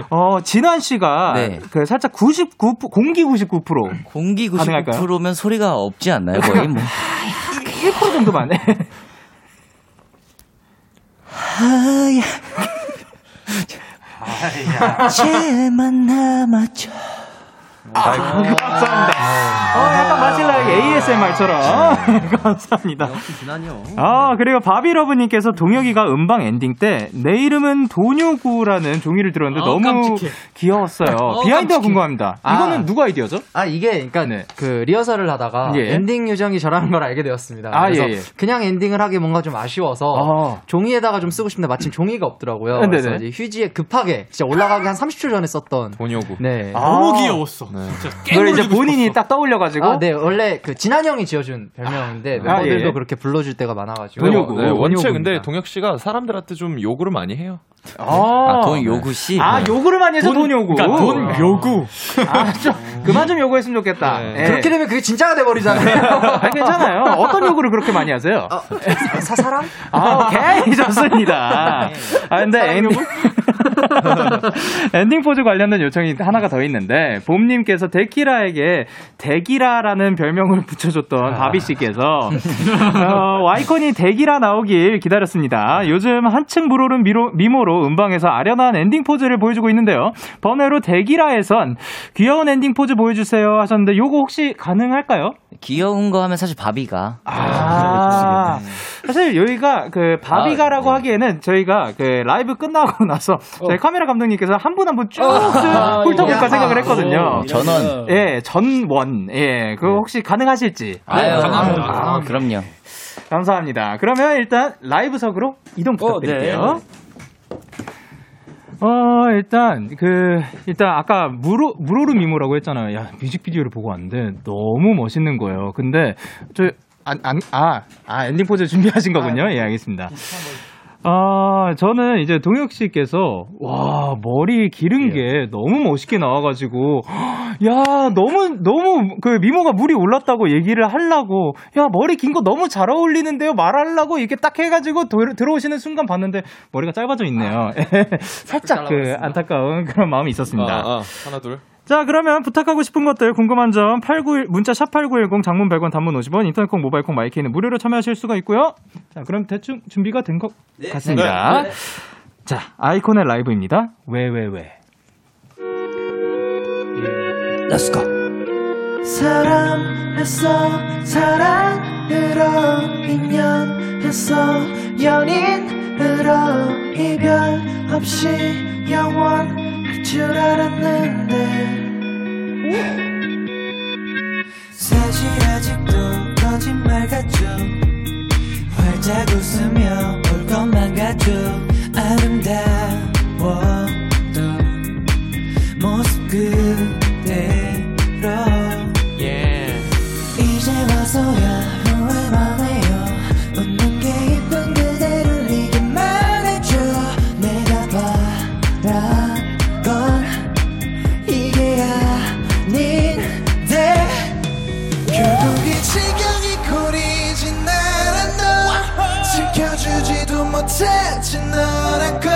[SPEAKER 2] 어, 진환씨가,
[SPEAKER 8] 네.
[SPEAKER 2] 그 살짝 99, 공기 99%.
[SPEAKER 8] 공기 99%면 소리가 없지 않나요, 거의? 뭐.
[SPEAKER 2] 1% 정도만.
[SPEAKER 3] 제만 남았죠.
[SPEAKER 2] 어, 약간 마실라의 ASMR처럼. 네. 감사합니다. 아, 그리고 바비러브님께서 동혁이가 음방 엔딩 때 내 이름은 돈요구라는 종이를 들었는데
[SPEAKER 15] 어,
[SPEAKER 2] 너무
[SPEAKER 15] 깜찍해.
[SPEAKER 2] 귀여웠어요.
[SPEAKER 15] 어,
[SPEAKER 2] 비하인드가
[SPEAKER 15] 깜찍해.
[SPEAKER 2] 궁금합니다.
[SPEAKER 15] 아.
[SPEAKER 2] 이거는 누가 아이디어죠?
[SPEAKER 15] 아 이게 그러니까 그 리허설을 하다가
[SPEAKER 2] 네. 예.
[SPEAKER 15] 엔딩 요정이 저라는 걸 알게 되었습니다.
[SPEAKER 2] 아,
[SPEAKER 15] 그래서
[SPEAKER 2] 예, 예.
[SPEAKER 15] 그냥 엔딩을 하기 뭔가 좀 아쉬워서 종이에다가 좀 쓰고 싶은데 마침 종이가 없더라고요.
[SPEAKER 2] 네,
[SPEAKER 15] 그래서
[SPEAKER 2] 네.
[SPEAKER 15] 이제 휴지에 급하게 진짜 올라가기 한 30초 전에 썼던
[SPEAKER 9] 돈요구.
[SPEAKER 15] 네.
[SPEAKER 2] 아.
[SPEAKER 14] 귀여웠어.
[SPEAKER 2] 이걸 이제 본인이 딱 가지고
[SPEAKER 15] 아, 네. 원래 그 진한 형이 지어준 별명인데
[SPEAKER 9] 아,
[SPEAKER 15] 멤버들도
[SPEAKER 9] 예.
[SPEAKER 15] 그렇게 불러줄 때가 많아가지고.
[SPEAKER 9] 원효구. 네, 원체 근데 동혁 씨가 사람들한테 좀 요구를 많이 해요.
[SPEAKER 2] 아,
[SPEAKER 9] 돈
[SPEAKER 8] 요구 씨.
[SPEAKER 2] 아, 요구를 많이 해서 돈,
[SPEAKER 9] 돈
[SPEAKER 2] 요구.
[SPEAKER 9] 그러니까 돈
[SPEAKER 2] 요구. 아, 좀, 그만 좀 요구했으면 좋겠다.
[SPEAKER 9] 네.
[SPEAKER 2] 예.
[SPEAKER 15] 그렇게 되면 그게 진짜가 돼버리잖아요.
[SPEAKER 2] 아, 괜찮아요. 어떤 요구를 그렇게 많이 하세요?
[SPEAKER 15] 사 사람?
[SPEAKER 2] 아, 오케이. 좋습니다. 아, 근데 엔딩, 엔딩 포즈 관련된 요청이 하나가 더 있는데, 봄님께서 데키라에게 데기라라는 별명을 붙여줬던 바비씨께서, 어, 와이콘이 데기라 나오길 기다렸습니다. 요즘 한층 불오른 미로- 미모로 음방에서 아련한 엔딩 포즈를 보여주고 있는데요. 번외로 데기라에선 귀여운 엔딩 포즈 보여주세요 하셨는데, 요거 혹시 가능할까요?
[SPEAKER 8] 귀여운 거 하면 사실 바비가.
[SPEAKER 2] 아, 사실 여기가 그
[SPEAKER 8] 아, 네.
[SPEAKER 2] 바비가라고 하기에는 저희가 그 라이브 끝나고 나서 저희 카메라 감독님께서 한 분 한 분 쭉쭉
[SPEAKER 8] 어. 아, 어.
[SPEAKER 2] 훑어볼까
[SPEAKER 8] 이거.
[SPEAKER 2] 생각을 했거든요.
[SPEAKER 8] 오, 전원.
[SPEAKER 2] 예, 전원. 예, 그거 혹시 가능하실지.
[SPEAKER 8] 네.
[SPEAKER 2] 네.
[SPEAKER 8] 아유, 아, 그럼요.
[SPEAKER 2] 감사합니다. 그러면 일단 라이브석으로 이동 부탁드릴게요.
[SPEAKER 8] 네.
[SPEAKER 2] 어, 일단, 그, 일단 아까 무로, 무로르 미모라고 했잖아요. 야, 뮤직비디오를 보고 왔는데 너무 멋있는 거예요. 근데, 저, 안, 안, 아, 아, 엔딩 포즈 준비하신 거군요. 예, 알겠습니다. 아, 저는 이제 동혁 씨께서, 와, 머리 기른 게 너무 멋있게 나와가지고, 야, 너무, 너무, 그 미모가 물이 올랐다고 얘기를 하려고, 야, 머리 긴 거 너무 잘 어울리는데요? 말하려고 이렇게 딱 해가지고 도- 들어오시는 순간 봤는데, 머리가 짧아져 있네요. 살짝 그 안타까운 그런 마음이 있었습니다.
[SPEAKER 9] 아, 아, 하나 둘.
[SPEAKER 2] 자, 그러면 부탁하고 싶은 것들, 궁금한 점, 891, 문자 샵8910, 장문 100원, 단문 50원, 인터넷콩, 모바일콩, 마이케이는 무료로 참여하실 수가 있고요. 자, 그럼 대충 준비가 된 것 같습니다.
[SPEAKER 6] 네.
[SPEAKER 2] 자, 아이콘의 라이브입니다. 왜, 왜, 왜.
[SPEAKER 6] Let's go. 사랑했어 사랑으로 인연했어 연인으로 이별 없이 영원할 줄 알았는데 사실 아직도 거짓말 같죠 활짝 웃으며 올 것만 같죠 아름다워도 모습 그대로 이제 와서야 후회만 해요 웃는 게 이쁜 그대를 이기만 해줘 내가 바란 건 이게 아닌데 결국 이 지경이 고리진 않았너 지켜주지도 못했지 너란 걸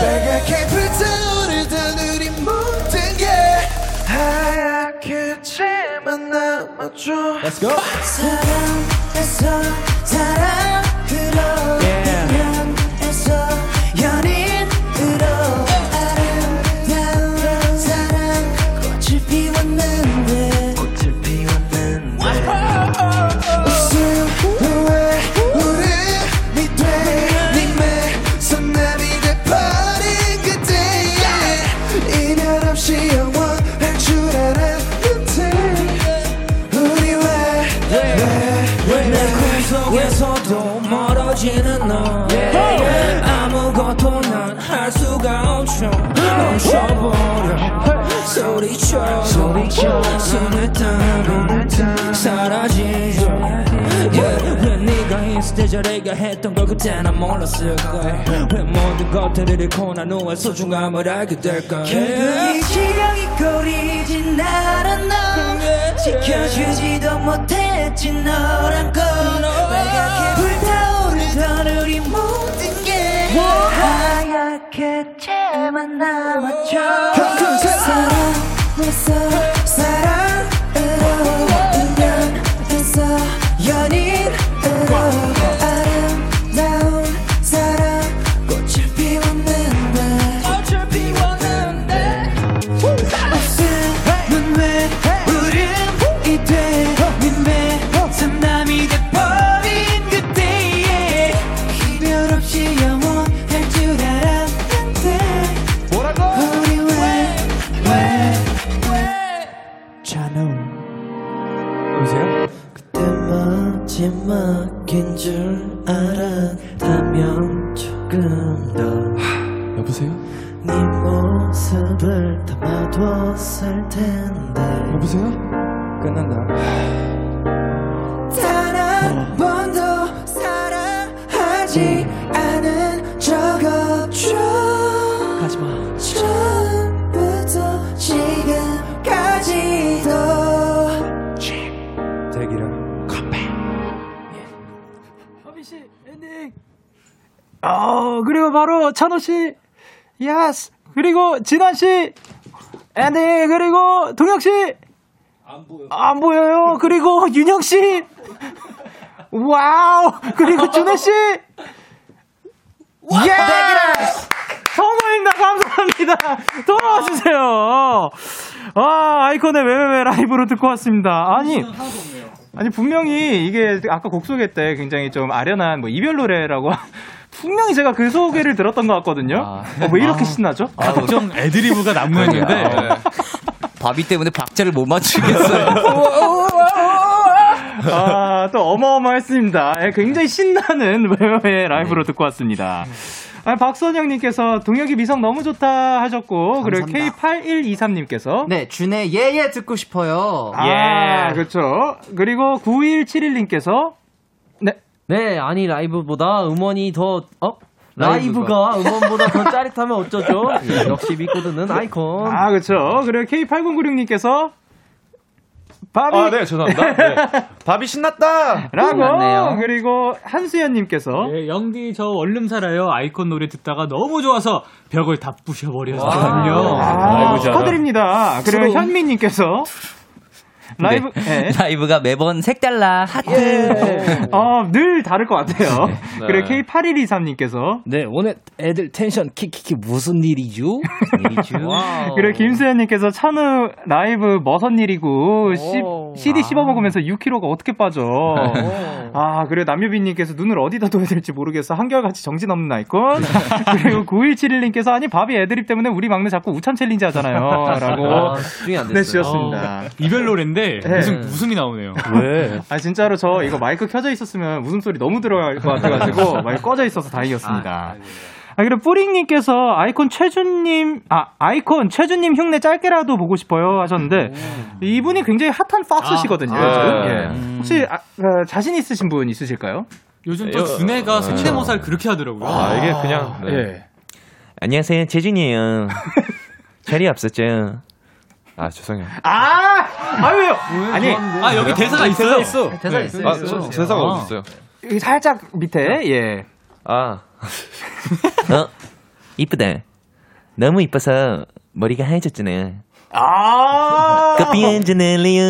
[SPEAKER 6] 빨갛게 불타오르던 우리 모든 게
[SPEAKER 1] 하얗게 지만 남아줘
[SPEAKER 6] Let's go. 사랑했어 사랑으로 인연했어 연인으로 아름다운 사랑 꽃을 피웠는데 꽃을 피웠는데 웃음 후에 울음이 돼네 손남이 돼버린 그때 이별 없이 영원할 줄 알았는데 우리
[SPEAKER 16] 왜내 꿈속에서도 멀어지는 너 아무것도 난 할 수가 없죠 멈춰버려 소리쳐 숨을 따면 사라지죠 yeah. 왜 네가 있을 때 저래가 했던 걸 그때 난 몰랐을까 왜 모든 것들을 잃고 난 후에 소중함을 알게 될까
[SPEAKER 6] 결국 이 지경이 꼬리진 않았너 지켜주지도 못했지 너란 건 빨갛게 불타오르던 우리 모든 게 하얗게 쟤만 남았죠
[SPEAKER 16] 경금 사랑.
[SPEAKER 6] 사랑했어 사랑으로 인연했어 연인으로 아름다운 사랑 꽃을 피웠는데 꽃을 피웠는데 없음은 왜 울음이 돼님의 참남이 돼버린 그때에 이별 없이 영원할 줄 알았는데 뭐라고 우리 왜왜왜
[SPEAKER 16] 자는
[SPEAKER 6] 보세요
[SPEAKER 16] 그때 마지막인 줄 알았다면 조금 더 여보세요? 네 모습을 담아뒀을 텐데 여보세요?
[SPEAKER 6] 끊는다 단 한 번도 사랑하지 않은 적 없죠 가지마 처음부터 지금까지도
[SPEAKER 12] 대기를
[SPEAKER 2] 씨 엔딩. 어, 그리고 바로 찬호 씨. 예스. 그리고 진환 씨. 엔딩. 그리고 동혁 씨. 안 보여. 안 보여요. 그리고 윤영 씨. 와우. 그리고 준혜 씨. 예! 선호입니다. 감사합니다. 돌아와 주세요. 아, 아이콘의 왜왜왜 라이브로 듣고 왔습니다. 아니. 아니 분명히 이게 아까 곡 소개 때 굉장히 좀 아련한 뭐 이별 노래라고 분명히 제가 그 소개를 들었던 것 같거든요. 어, 왜 이렇게 신나죠?
[SPEAKER 14] 각종 애드리브가
[SPEAKER 9] 아, 네.
[SPEAKER 14] 난무했는데
[SPEAKER 8] 바비 때문에 박자를 못 맞추겠어요.
[SPEAKER 2] 아, 또 어마어마했습니다. 예, 굉장히 신나는 외외 라이브로 듣고 왔습니다. 아, 박선영님께서 동혁이 미성 너무 좋다 하셨고, 그리고 K8123님께서.
[SPEAKER 15] 네, 준의 예예 듣고 싶어요.
[SPEAKER 17] 아.
[SPEAKER 2] 예, 그렇죠. 그리고 9171님께서 네.
[SPEAKER 13] 네, 아니 라이브보다 음원이 더 어? 라이브가 음원보다 더 짜릿하면 어쩌죠? 예, 역시 믿고 듣는 아이콘.
[SPEAKER 2] 아, 그렇죠. 그리고 K8096님께서 바비
[SPEAKER 9] 아, 네, 죄송합니다. 네.
[SPEAKER 2] 바비 신났다. 라고
[SPEAKER 9] 맞네요.
[SPEAKER 2] 그리고 한수연 님께서
[SPEAKER 14] 예, 영디 저 얼른 살아요 아이콘 노래 듣다가 너무 좋아서 벽을 다
[SPEAKER 18] 아,
[SPEAKER 14] 부셔버렸거든요.
[SPEAKER 2] 아, 축하드립니다. 그리고 현미 님께서 라이브 예.
[SPEAKER 8] 라이브가 매번 색달라 하트.
[SPEAKER 2] 어, 늘 다를 것 같아요. 그리고 K8123님께서
[SPEAKER 12] 네 오늘 애들 텐션 키키키 무슨 일이죠?
[SPEAKER 14] 어.
[SPEAKER 2] 그리고 김수현님께서 찬우 라이브 머선 일이고 씨- CD
[SPEAKER 14] 아.
[SPEAKER 2] 씹어 먹으면서 6kg가 어떻게 빠져? 아 그리고 남유빈님께서 눈을 어디다 둬야 될지 모르겠어 한결같이 정신없는 아이콘. 그리고 9171님께서 아니 밥이 애드립 때문에 우리 막내 자꾸 우찬 챌린지 하잖아요.라고
[SPEAKER 14] 아, 집중이 안 됐어요.
[SPEAKER 2] 내주셨습니다.
[SPEAKER 14] 어, 이별 노래인데
[SPEAKER 19] 네.
[SPEAKER 14] 무슨 웃음이 나오네요.
[SPEAKER 12] 어,
[SPEAKER 2] 왜? 아 진짜로 저 이거 마이크 켜져 있었으면 웃음소리 너무 들어갈 것 같아가지고 마이크 꺼져 있어서 다행이었습니다. 아 그리고 뿌링님께서 아이콘 최준님 아 아이콘 최준님 흉내 짧게라도 보고 싶어요 하셨는데 이분이 굉장히 핫한 박스시거든요.
[SPEAKER 14] 아,
[SPEAKER 2] 요즘.
[SPEAKER 14] 네.
[SPEAKER 2] 예. 혹시 아, 어, 자신 있으신 분 있으실까요?
[SPEAKER 14] 요즘 또 준혜가 성대모사를 그렇게 하더라고요.
[SPEAKER 9] 아, 이게 그냥 네.
[SPEAKER 19] 예. 안녕하세요, 재준이에요. 자리 없었죠? 아, 죄송해요.
[SPEAKER 2] 아, 아 왜요? 아니,
[SPEAKER 14] 아, 여기 대사가 있어요. 대사
[SPEAKER 9] 네.
[SPEAKER 14] 있어요.
[SPEAKER 9] 아,
[SPEAKER 14] 있어요.
[SPEAKER 9] 저- 대사가
[SPEAKER 14] 아.
[SPEAKER 9] 어딨어요?
[SPEAKER 2] 여기 살짝 밑에 예.
[SPEAKER 19] 아. 어, 이쁘다. 너무 이뻐서 머리가 하얘졌잖아요.
[SPEAKER 2] 아,
[SPEAKER 14] 그
[SPEAKER 19] 커피 한잔 할래요.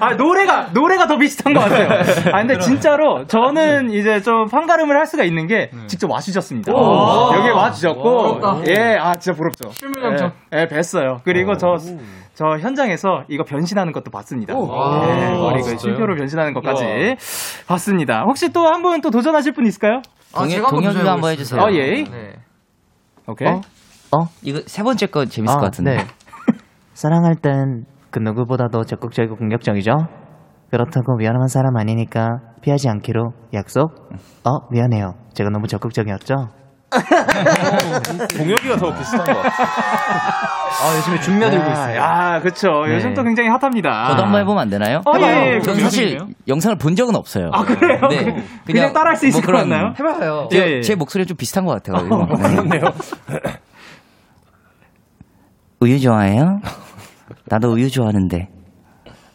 [SPEAKER 2] 아 노래가 노래가 더 비슷한 것 같아요. 아 근데 진짜로 저는 이제 좀 판가름을 할 수가 있는 게 직접 와주셨습니다.
[SPEAKER 14] 오.
[SPEAKER 2] 여기
[SPEAKER 14] 부럽다.
[SPEAKER 2] 와주셨고 예아 진짜 부럽죠.
[SPEAKER 14] 영장.
[SPEAKER 2] 예, 예, 뵀어요. 그리고 저 저 현장에서 이거 변신하는 것도 봤습니다. 예,
[SPEAKER 8] 오.
[SPEAKER 2] 머리
[SPEAKER 8] 아,
[SPEAKER 2] 그
[SPEAKER 8] 진짜요?
[SPEAKER 2] 실표로 변신하는 것까지 봤습니다. 혹시 또 한 분 또 도전하실 분 있을까요?
[SPEAKER 8] 동혁- 동혁이가 한번 해주세요.
[SPEAKER 2] 어, 예. 오케이.
[SPEAKER 8] 네. 어? 어? 이거 세 번째 거 재밌을 것 같은데.
[SPEAKER 20] 사랑할 땐 그 누구보다도 적극적이고 공격적이죠. 그렇다고 위험한 사람 아니니까 피하지 않기로 약속. 어 미안해요. 제가 너무 적극적이었죠.
[SPEAKER 9] 동혁이가 더 비슷한 것 같아요.
[SPEAKER 2] 아, 요즘에
[SPEAKER 13] 네.
[SPEAKER 2] 준비하고 있어요. 아, 그쵸.
[SPEAKER 8] 네.
[SPEAKER 2] 요즘 또 굉장히 핫합니다.
[SPEAKER 8] 저도 한번 아. 해보면 안 되나요?
[SPEAKER 2] 어, 예, 예.
[SPEAKER 8] 저는 사실 영상을 본 적은 없어요. 아,
[SPEAKER 2] 그래요?
[SPEAKER 8] 그냥, 뭐
[SPEAKER 2] 그냥 따라할 수 있을 것 같나요? 어. 해봐요.
[SPEAKER 8] 제,
[SPEAKER 2] 예, 예.
[SPEAKER 8] 제 목소리랑 좀 비슷한 것 같아요. 그렇네요. 우유 좋아해요? 나도 우유 좋아하는데.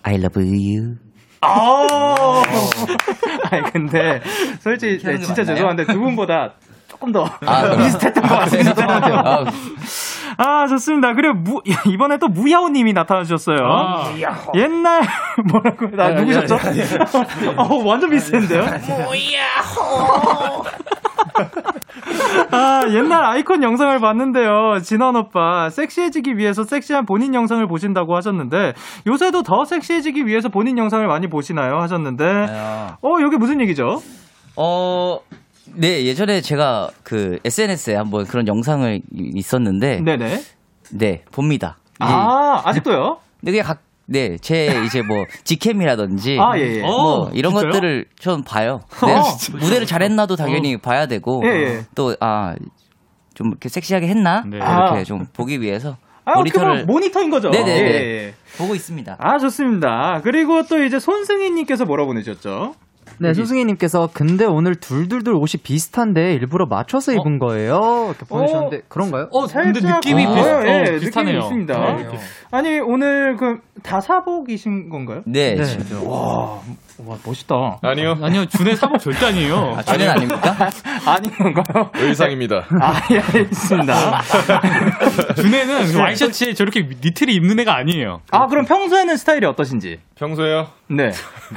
[SPEAKER 8] I love you.
[SPEAKER 2] 아, 아니 근데 솔직히 네, 진짜
[SPEAKER 8] 맞나요?
[SPEAKER 2] 죄송한데 두 분보다 조금 더
[SPEAKER 8] 아, 그래요?
[SPEAKER 2] 비슷했던 것 같습니다.
[SPEAKER 8] 아, 그래요?
[SPEAKER 2] 아, 좋습니다. 그리고 무, 이번에 또 무야오님이 나타나셨어요.
[SPEAKER 6] 아.
[SPEAKER 2] 옛날 뭐라고 나
[SPEAKER 6] 야,
[SPEAKER 2] 누구셨죠?
[SPEAKER 6] 야, 야,
[SPEAKER 2] 어, 완전 비슷했는데요. 아, 옛날 아이콘 영상을 봤는데요. 진원 오빠, 섹시해지기 위해서 섹시한 본인 영상을 보신다고 하셨는데, 요새도 더 섹시해지기 위해서 본인 영상을 많이 보시나요? 하셨는데, 어, 여기 무슨 얘기죠?
[SPEAKER 8] 어, 네, 예전에 제가 그 SNS에 한번 그런 영상을 이- 있었는데.
[SPEAKER 2] 네네.
[SPEAKER 8] 네, 봅니다.
[SPEAKER 2] 아, 아직도요?
[SPEAKER 8] 근데 그냥 각, 네, 제 이제 뭐, 직캠이라든지.
[SPEAKER 2] 아, 예, 예.
[SPEAKER 8] 뭐,
[SPEAKER 2] 오,
[SPEAKER 8] 이런
[SPEAKER 2] 진짜요?
[SPEAKER 8] 것들을 좀 봐요. 네,
[SPEAKER 2] 어.
[SPEAKER 8] 무대를 잘했나도 당연히
[SPEAKER 2] 어.
[SPEAKER 8] 봐야 되고.
[SPEAKER 2] 예, 예.
[SPEAKER 8] 또, 아, 좀 이렇게 섹시하게 했나? 이렇게
[SPEAKER 2] 아.
[SPEAKER 8] 좀 보기 위해서.
[SPEAKER 2] 아, 어떻게 보면 모니터인 거죠.
[SPEAKER 8] 네네.
[SPEAKER 2] 예, 예.
[SPEAKER 8] 보고 있습니다.
[SPEAKER 2] 아, 좋습니다. 그리고 또 이제 손승희님께서 뭐라 보내셨죠?
[SPEAKER 17] 네, 소승희님께서 근데 오늘 둘둘둘 옷이 비슷한데 일부러 맞춰서 입은
[SPEAKER 15] 어?
[SPEAKER 17] 거예요. 이렇게 보내셨는데 그런가요?
[SPEAKER 2] 어,
[SPEAKER 17] 살짝-
[SPEAKER 2] 아, 예, 느낌이
[SPEAKER 17] 비슷하네요.
[SPEAKER 2] 있습니다.
[SPEAKER 17] 네.
[SPEAKER 2] 아니, 오늘 그 다 사복이신 건가요?
[SPEAKER 8] 네,
[SPEAKER 2] 진짜. 와, 와, 멋있다.
[SPEAKER 9] 아니요.
[SPEAKER 15] 아니요, 준의 사복 절대 아니에요.
[SPEAKER 9] 아, 준은
[SPEAKER 8] 아닙니까?
[SPEAKER 2] 아닌 건가요?
[SPEAKER 9] 의상입니다.
[SPEAKER 2] 아, 예, 알겠습니다.
[SPEAKER 15] 준혜는 와이셔츠에 저렇게 니트를 입는 애가 아니에요.
[SPEAKER 2] 아, 그럼 평소에는 스타일이 어떠신지?
[SPEAKER 9] 평소에요?
[SPEAKER 2] 네.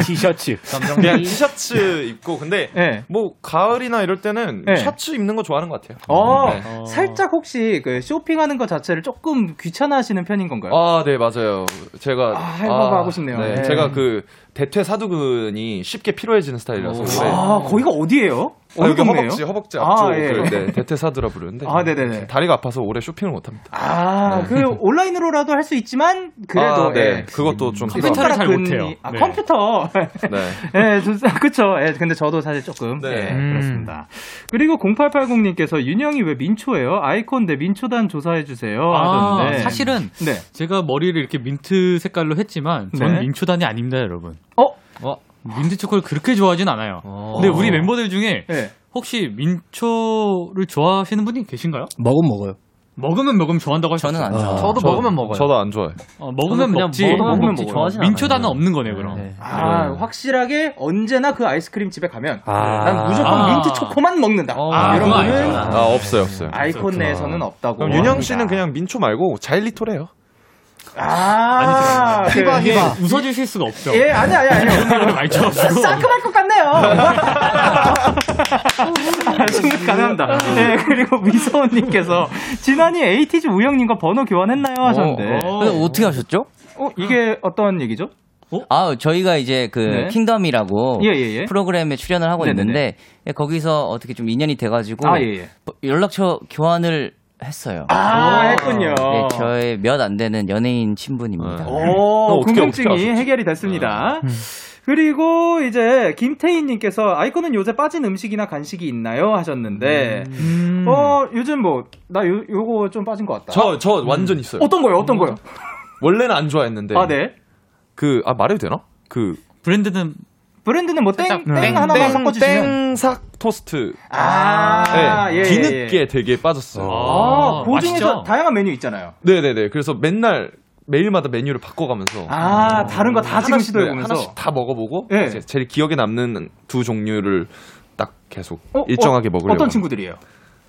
[SPEAKER 15] 티셔츠.
[SPEAKER 19] 네.
[SPEAKER 9] 그냥 티셔츠 입고 근데
[SPEAKER 2] 네.
[SPEAKER 9] 뭐 가을이나 이럴 때는
[SPEAKER 2] 네.
[SPEAKER 9] 셔츠 입는 거 좋아하는 것 같아요.
[SPEAKER 2] 어,
[SPEAKER 9] 네.
[SPEAKER 2] 살짝 혹시 그 쇼핑하는 것 자체를 조금 귀찮아하시는 편인 건가요?
[SPEAKER 9] 아, 네, 맞아요. 제가
[SPEAKER 2] 할바가 하고 싶네요.
[SPEAKER 9] 네,
[SPEAKER 2] 네.
[SPEAKER 9] 제가 그 대퇴 사두근이 쉽게 피로해지는 스타일이라서. 근데
[SPEAKER 2] 아, 거기가 어디예요?
[SPEAKER 9] 어. 아,
[SPEAKER 2] 어느
[SPEAKER 9] 여기
[SPEAKER 2] 동네예요?
[SPEAKER 9] 허벅지, 허벅지 앞쪽
[SPEAKER 2] 아, 예.
[SPEAKER 9] 그, 네, 대퇴 사두라 부르는데.
[SPEAKER 2] 아, 네네네.
[SPEAKER 9] 다리가 아파서 오래 쇼핑을 못 합니다.
[SPEAKER 2] 아,
[SPEAKER 9] 네.
[SPEAKER 2] 그 온라인으로라도 할 수 있지만 그래도
[SPEAKER 9] 아, 네.
[SPEAKER 2] 예.
[SPEAKER 9] 그것도 좀
[SPEAKER 2] 컴퓨터랑
[SPEAKER 9] 잘
[SPEAKER 2] 근이-
[SPEAKER 9] 못해요.
[SPEAKER 2] 아,
[SPEAKER 9] 네.
[SPEAKER 2] 컴퓨터.
[SPEAKER 9] 네.
[SPEAKER 2] 예, 좀 싸- 그쵸. 예, 근데 저도 사실 조금. 예,
[SPEAKER 9] 음.
[SPEAKER 2] 그렇습니다. 그리고 0880님께서 윤영이 왜 민초예요? 아이콘 대 민초단 조사해주세요.
[SPEAKER 15] 아,
[SPEAKER 2] 하던데.
[SPEAKER 15] 사실은
[SPEAKER 2] 네.
[SPEAKER 15] 제가 머리를 이렇게 민트 색깔로 했지만 저는
[SPEAKER 2] 네.
[SPEAKER 15] 민초단이 아닙니다, 여러분.
[SPEAKER 2] 어?
[SPEAKER 15] 민트 초코를 그렇게 좋아하진 않아요. 근데 우리 멤버들 중에
[SPEAKER 2] 네.
[SPEAKER 15] 혹시 민초를 좋아하시는 분이 계신가요?
[SPEAKER 18] 먹으면 먹어요.
[SPEAKER 15] 먹으면 먹으면 좋아한다고 하셨어요. 저는
[SPEAKER 18] 안 좋아해요. 저도 먹으면 먹어요.
[SPEAKER 9] 저도 안 좋아해요.
[SPEAKER 15] 어,
[SPEAKER 2] 저는
[SPEAKER 15] 먹으면
[SPEAKER 2] 그냥
[SPEAKER 15] 먹지.
[SPEAKER 2] 먹으면 먹지, 좋아하진 않아요.
[SPEAKER 15] 민초단은 없는 거네요, 그럼.
[SPEAKER 2] 아, 확실하게 언제나 그 아이스크림 집에 가면
[SPEAKER 15] 아.
[SPEAKER 2] 난 무조건
[SPEAKER 15] 아.
[SPEAKER 2] 민트 초코만 먹는다.
[SPEAKER 9] 아,
[SPEAKER 2] 이런
[SPEAKER 9] 그거
[SPEAKER 2] 거는
[SPEAKER 9] 아니죠. 아, 없어요, 없어요.
[SPEAKER 2] 아이콘 내에서는 없다고.
[SPEAKER 9] 그럼 어, 윤영 씨는 그냥 민초 말고 자일리토래요.
[SPEAKER 2] 아,
[SPEAKER 9] 아니죠. 히바,
[SPEAKER 2] 그, 예.
[SPEAKER 9] 히바.
[SPEAKER 15] 웃어주실 수가 없죠.
[SPEAKER 2] 예, 아니, 아니, 아니.
[SPEAKER 15] 많이 쳐가지고.
[SPEAKER 2] 상큼할 것 같네요. 아, 충분 가능합니다. 네, 그리고 미서원님께서 지난이 에이티즈 우영님과 번호 교환했나요 하셨는데. 네.
[SPEAKER 8] 어, 어. 어떻게 하셨죠?
[SPEAKER 2] 어, 이게 어떤 얘기죠?
[SPEAKER 8] 아, 저희가 이제 그
[SPEAKER 2] 네.
[SPEAKER 8] 킹덤이라고
[SPEAKER 2] 예, 예, 예.
[SPEAKER 8] 프로그램에 출연을 하고
[SPEAKER 2] 네네네.
[SPEAKER 8] 있는데 예, 거기서 어떻게 좀 인연이 돼가지고
[SPEAKER 2] 아, 예, 예.
[SPEAKER 8] 연락처 교환을 했어요.
[SPEAKER 2] 아,
[SPEAKER 8] 오.
[SPEAKER 2] 했군요.
[SPEAKER 8] 예, 저의 어, 몇 안 되는 연예인 친분입니다.
[SPEAKER 2] 어. 오, 궁금증이 해결이
[SPEAKER 8] 아,
[SPEAKER 2] 됐습니다.
[SPEAKER 8] 음.
[SPEAKER 2] 그리고 이제 김태희님께서 아이콘은 요새 빠진 음식이나 간식이 있나요 하셨는데
[SPEAKER 8] 음.
[SPEAKER 2] 어 요즘 뭐 나 요 요거 좀 빠진 것 같다.
[SPEAKER 9] 저, 저 완전 있어요.
[SPEAKER 2] 아, 음. 어떤 거요? 어떤
[SPEAKER 8] 음.
[SPEAKER 2] 거요?
[SPEAKER 9] 원래는 안 좋아했는데.
[SPEAKER 2] 아, 네.
[SPEAKER 9] 그, 아, 말해도 되나? 그.
[SPEAKER 15] 브랜드는.
[SPEAKER 2] 브랜드는 뭐 땡, 땡,
[SPEAKER 9] 땡,
[SPEAKER 2] 하나만
[SPEAKER 9] 땡,
[SPEAKER 2] 섞어주시면
[SPEAKER 9] 땡삭 토스트.
[SPEAKER 2] 아, 예,
[SPEAKER 9] 네,
[SPEAKER 2] 예, 예.
[SPEAKER 9] 뒤늦게 되게 빠졌어요.
[SPEAKER 2] 아, 그 중에서 다양한 메뉴 있잖아요.
[SPEAKER 9] 네네네. 그래서 맨날 매일마다 메뉴를 바꿔가면서.
[SPEAKER 2] 아, 다른 거 다 지금
[SPEAKER 9] 하나씩,
[SPEAKER 2] 시도해보면서.
[SPEAKER 9] 네, 하나씩 다 먹어보고.
[SPEAKER 2] 예.
[SPEAKER 9] 이제 제일 기억에 남는 두 종류를 딱 계속 어, 일정하게 먹으려고.
[SPEAKER 2] 어, 어떤 친구들이에요?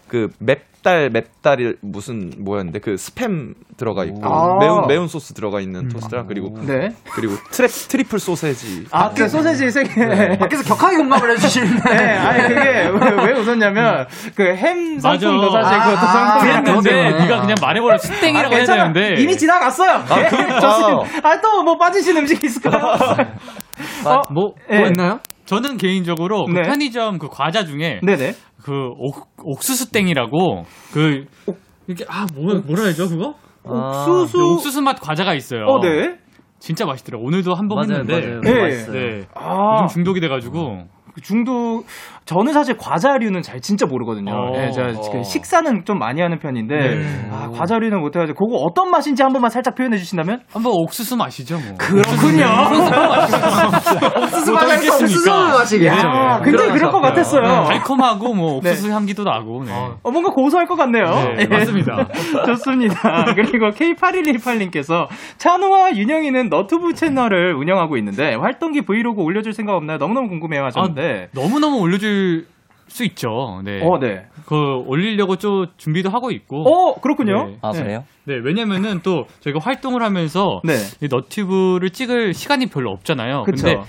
[SPEAKER 9] 그 맵달 맵달이 무슨 뭐였는데 그 스팸 들어가 있고
[SPEAKER 2] 아. 음.
[SPEAKER 9] 매운 매운 소스 들어가 있는 토스트랑 그리고
[SPEAKER 2] 네.
[SPEAKER 9] 그리고 트랩 트리플 소세지
[SPEAKER 2] 아, 그 소세지 세 개.
[SPEAKER 9] 네.
[SPEAKER 2] 밖에서 격하게 공감을 해주시는데. 네, 아니, 그게 왜, 왜 웃었냐면, 그 햄 상품도
[SPEAKER 15] 맞아.
[SPEAKER 2] 사실 그것도
[SPEAKER 15] 아,
[SPEAKER 2] 상품이었는데.
[SPEAKER 15] 그랬는데 네가 그냥 말해버려.
[SPEAKER 2] 아,
[SPEAKER 15] 스땡이라고 해야
[SPEAKER 2] 괜찮아.
[SPEAKER 15] 되는데.
[SPEAKER 2] 이미 지나갔어요.
[SPEAKER 15] 아,
[SPEAKER 2] 예,
[SPEAKER 15] 그래요?
[SPEAKER 2] 저 지금, 아, 또 뭐 빠지신 음식 있을까요?
[SPEAKER 15] 아, 뭐,
[SPEAKER 2] 예.
[SPEAKER 15] 뭐 있나요? 저는 개인적으로 그
[SPEAKER 2] 네.
[SPEAKER 15] 편의점 그 과자 중에
[SPEAKER 2] 네네.
[SPEAKER 15] 그 옥, 옥수수땡이라고 그 이렇게 아 뭐라 뭐라 해죠 그거?
[SPEAKER 2] 옥수수-
[SPEAKER 15] 그 옥수수 맛 과자가 있어요.
[SPEAKER 2] 어, 네.
[SPEAKER 15] 진짜 맛있더라고. 오늘도 한 번
[SPEAKER 2] 맞아요,
[SPEAKER 15] 했는데
[SPEAKER 2] 맞아요. 그거 맛있어요.
[SPEAKER 15] 네.
[SPEAKER 2] 아.
[SPEAKER 15] 요즘 중독이 돼가지고
[SPEAKER 2] 그 중독 저는 사실 과자류는 잘 진짜 모르거든요.
[SPEAKER 15] 어.
[SPEAKER 2] 예, 제가 그
[SPEAKER 15] 어.
[SPEAKER 2] 식사는 좀 많이 하는 편인데
[SPEAKER 15] 네.
[SPEAKER 2] 아, 과자류는 못해가지고 그거 어떤 맛인지 한 번만 살짝 표현해 주신다면
[SPEAKER 15] 한번 옥수수 맛이죠 뭐.
[SPEAKER 2] 그렇군요.
[SPEAKER 15] 옥수수
[SPEAKER 2] 뭐
[SPEAKER 15] 과자에서
[SPEAKER 2] 어떻게
[SPEAKER 15] 옥수수 맛이겠죠.
[SPEAKER 2] 야, 아,
[SPEAKER 15] 그렇죠.
[SPEAKER 2] 굉장히 그럴 것 같았어요.
[SPEAKER 15] 네. 달콤하고 뭐 옥수수 향기도 나고. 네.
[SPEAKER 2] 어, 뭔가 고소할 것 같네요.
[SPEAKER 15] 네,
[SPEAKER 2] 예.
[SPEAKER 15] 맞습니다.
[SPEAKER 2] 좋습니다. 그리고 K8118님께서 찬우와 윤영이는 너튜브 채널을 운영하고 있는데 활동기 브이로그 올려줄 생각 없나요? 너무너무 궁금해요 하셨는데.
[SPEAKER 15] 너무너무 올려줄 수 있죠. 아, 네.
[SPEAKER 2] 어, 네.
[SPEAKER 15] 그 올리려고 좀 준비도 하고 있고.
[SPEAKER 2] 어, 그렇군요. 아,
[SPEAKER 8] 그래요?
[SPEAKER 15] 네, 왜냐면은 또 저희가 활동을 하면서
[SPEAKER 2] 네.
[SPEAKER 15] 이 너튜브를 찍을 시간이 별로 없잖아요.
[SPEAKER 2] 그쵸.
[SPEAKER 15] 근데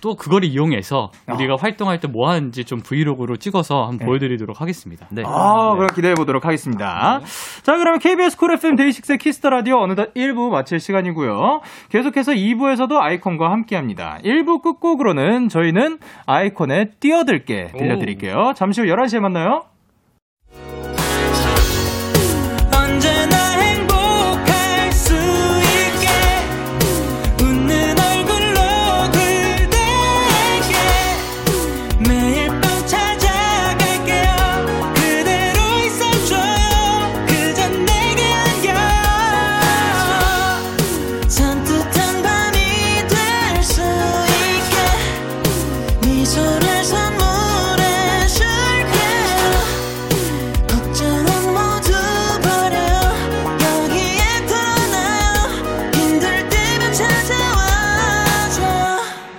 [SPEAKER 15] 또 그걸 이용해서 우리가 활동할 때 뭐 하는지 좀 브이로그로 찍어서 한번 보여드리도록 하겠습니다. 네.
[SPEAKER 2] 아, 그럼 기대해 보도록 하겠습니다. 자, 그러면 KBS 쿨 FM 데이식스의 키스터 라디오 어느덧 1부 마칠 시간이고요. 계속해서 2부에서도 아이콘과 함께 합니다. 1부 끝곡으로는 저희는 아이콘의 뛰어들게 들려드릴게요. 잠시 후 11시에 만나요.
[SPEAKER 6] 언제나 행복할 수 있게 웃는 얼굴로 그대에게 매일 밤 찾아갈게요 그대로 있어줘요 그저 내게 안겨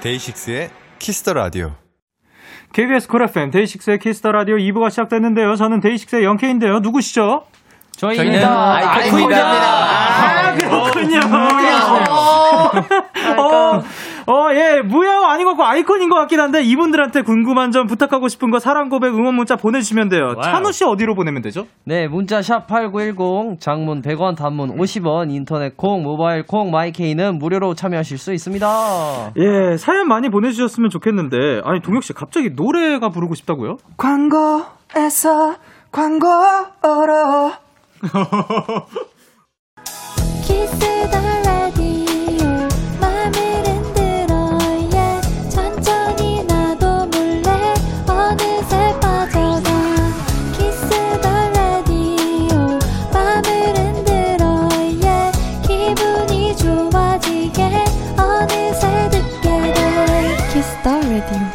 [SPEAKER 21] 데이식스의 키스터 라디오.
[SPEAKER 2] KBS 쿨 FM 데이식스의 키스터 라디오 2부가 시작됐는데요. 저는 데이식스의 영케인데요. 누구시죠?
[SPEAKER 22] 저희는 아이콘입니다.
[SPEAKER 2] 아,
[SPEAKER 22] 어,
[SPEAKER 2] 그렇군요.
[SPEAKER 22] 아이콘.
[SPEAKER 2] 어, 어, 예, 무야 아닌 것 같고 아이콘인 것 같긴 한데 이분들한테 궁금한 점 부탁하고 싶은 거 사랑 고백 응원 문자 보내주시면 돼요. 찬우 씨 어디로 보내면 되죠?
[SPEAKER 8] 네, 문자 샵 8910, 장문 100원, 단문 50원, 인터넷 콩, 모바일 콩, 마이케이는 무료로 참여하실 수 있습니다.
[SPEAKER 2] 예, 사연 많이 보내주셨으면 좋겠는데 아니 동혁 씨 갑자기 노래가 부르고 싶다고요?
[SPEAKER 23] 광고에서 광고로
[SPEAKER 22] 키스더 라디오 맘을 흔들어 예 천천히 나도 몰래 어느새 빠져가 키스더 라디오 맘을 흔들어 예 기분이 좋아지게 어느새 듣게 돼 키스더 라디오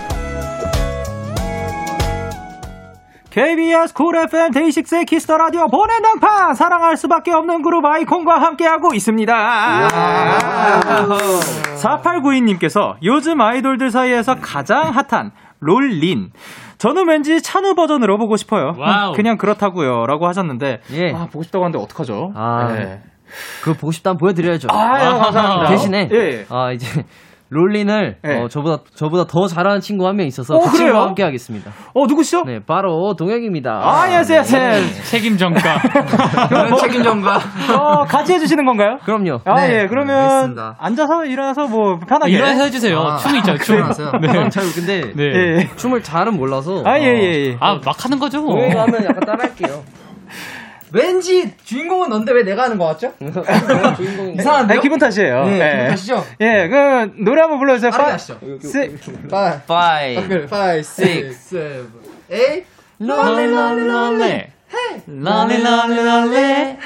[SPEAKER 2] KBS 쿨 FM 데이식스의 키스터 라디오 보낸 당파 사랑할 수밖에 없는 그룹 아이콘과 함께하고 있습니다. 4892님께서 요즘 아이돌들 사이에서 가장 핫한 롤린. 저는 왠지 찬우 버전으로 보고 싶어요. 음,
[SPEAKER 24] 와우.
[SPEAKER 2] 그냥 그렇다고요. 라고 하셨는데. 아, 보고 싶다고 하는데 어떡하죠? 네.
[SPEAKER 8] 예. 아, 그거 보고 싶다면 보여드려야죠.
[SPEAKER 2] 아유, 감사합니다.
[SPEAKER 8] 대신에,
[SPEAKER 2] 예.
[SPEAKER 8] 아, 이제. 롤린을 어, 저보다 저보다 더 잘하는 친구 한 명 있어서
[SPEAKER 2] 어,
[SPEAKER 8] 그
[SPEAKER 2] 그래요?
[SPEAKER 8] 친구와 함께 하겠습니다.
[SPEAKER 2] 어 누구시죠?
[SPEAKER 8] 네 바로 동혁입니다. 네.
[SPEAKER 2] 아, 예스, 예스, 예스.
[SPEAKER 24] 음,
[SPEAKER 8] 책임 전가. 책임 전가.
[SPEAKER 2] 어, 같이 해주시는 건가요?
[SPEAKER 8] 그럼요.
[SPEAKER 2] 아,
[SPEAKER 8] 네,
[SPEAKER 2] 예, 그러면 앉아서 일어나서 뭐 편하게.
[SPEAKER 24] 일어나서 해주세요. 춤이 있잖아요, 춤.
[SPEAKER 8] 그래요?
[SPEAKER 24] 네.
[SPEAKER 8] 아, 잘 근데
[SPEAKER 24] 네.
[SPEAKER 8] 예. 춤을 잘은 몰라서.
[SPEAKER 24] 아, 예, 예, 예. 아, 막 하는
[SPEAKER 13] 어.
[SPEAKER 24] 거죠, 뭐.
[SPEAKER 8] 동혁이 하면 약간 따라할게요.
[SPEAKER 15] 왠지 주인공은 넌데 왜 내가 하는 거 같죠?
[SPEAKER 8] 네. 아, 주인공.
[SPEAKER 15] 이상한데
[SPEAKER 2] 아, 기분 탓이에요.
[SPEAKER 15] 네,
[SPEAKER 2] 예.
[SPEAKER 15] 기분 탓이죠?
[SPEAKER 2] 예, 그 노래 한번 불러주세요.
[SPEAKER 15] 빠르게
[SPEAKER 2] 파-
[SPEAKER 15] 하시죠. 그,
[SPEAKER 2] 시-
[SPEAKER 25] 파이.
[SPEAKER 15] 5, 6, 7, 8
[SPEAKER 22] 롤리, 롤리, 롤리. 롤리, 롤리, 롤리.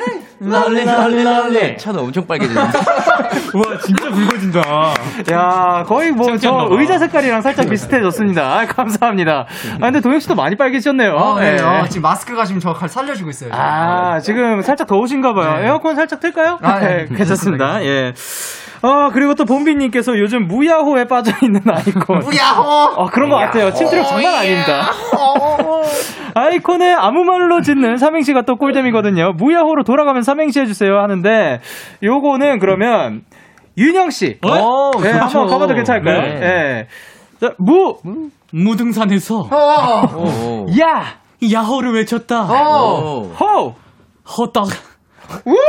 [SPEAKER 22] 롤리, 롤리, 롤리.
[SPEAKER 25] 차도 엄청 빨개지는데.
[SPEAKER 2] 와 진짜 붉어진다. 야 거의 뭐
[SPEAKER 25] 창피한가
[SPEAKER 2] 저
[SPEAKER 25] 봐.
[SPEAKER 2] 의자 색깔이랑 살짝 비슷해졌습니다. 아, 감사합니다. 아 근데 동혁 씨도 많이 빨개지셨네요.
[SPEAKER 15] 아, 네.
[SPEAKER 2] 예.
[SPEAKER 15] 아, 지금 마스크가 지금 저 살려주고 있어요. 지금.
[SPEAKER 2] 아, 지금 살짝 더우신가 봐요. 에어컨 살짝 틀까요?
[SPEAKER 15] 네. 아,
[SPEAKER 2] 네,
[SPEAKER 15] 네.
[SPEAKER 2] 괜찮습니다. 예. 어, 그리고 또 본비님께서 요즘 무야호에 빠져있는 아이콘.
[SPEAKER 22] 무야호!
[SPEAKER 2] 어, 그런 것 같아요. 침투력 장난 아닙니다.
[SPEAKER 15] 어,
[SPEAKER 2] 아이콘에 아무 말로 짓는 삼행시가 또 꿀잼이거든요. 무야호로 돌아가면 삼행시 해주세요 하는데, 요거는 그러면, 윤영씨.
[SPEAKER 24] 어?
[SPEAKER 2] 네,
[SPEAKER 24] 그렇죠.
[SPEAKER 2] 한번 가봐도 괜찮을까요?
[SPEAKER 24] 네.
[SPEAKER 2] 예. 자, 무!
[SPEAKER 15] 어.
[SPEAKER 2] 어.
[SPEAKER 24] 무등산에서
[SPEAKER 2] 야!
[SPEAKER 24] 야호를 외쳤다.
[SPEAKER 22] 어.
[SPEAKER 2] 호!
[SPEAKER 24] 허떡. 네, 야,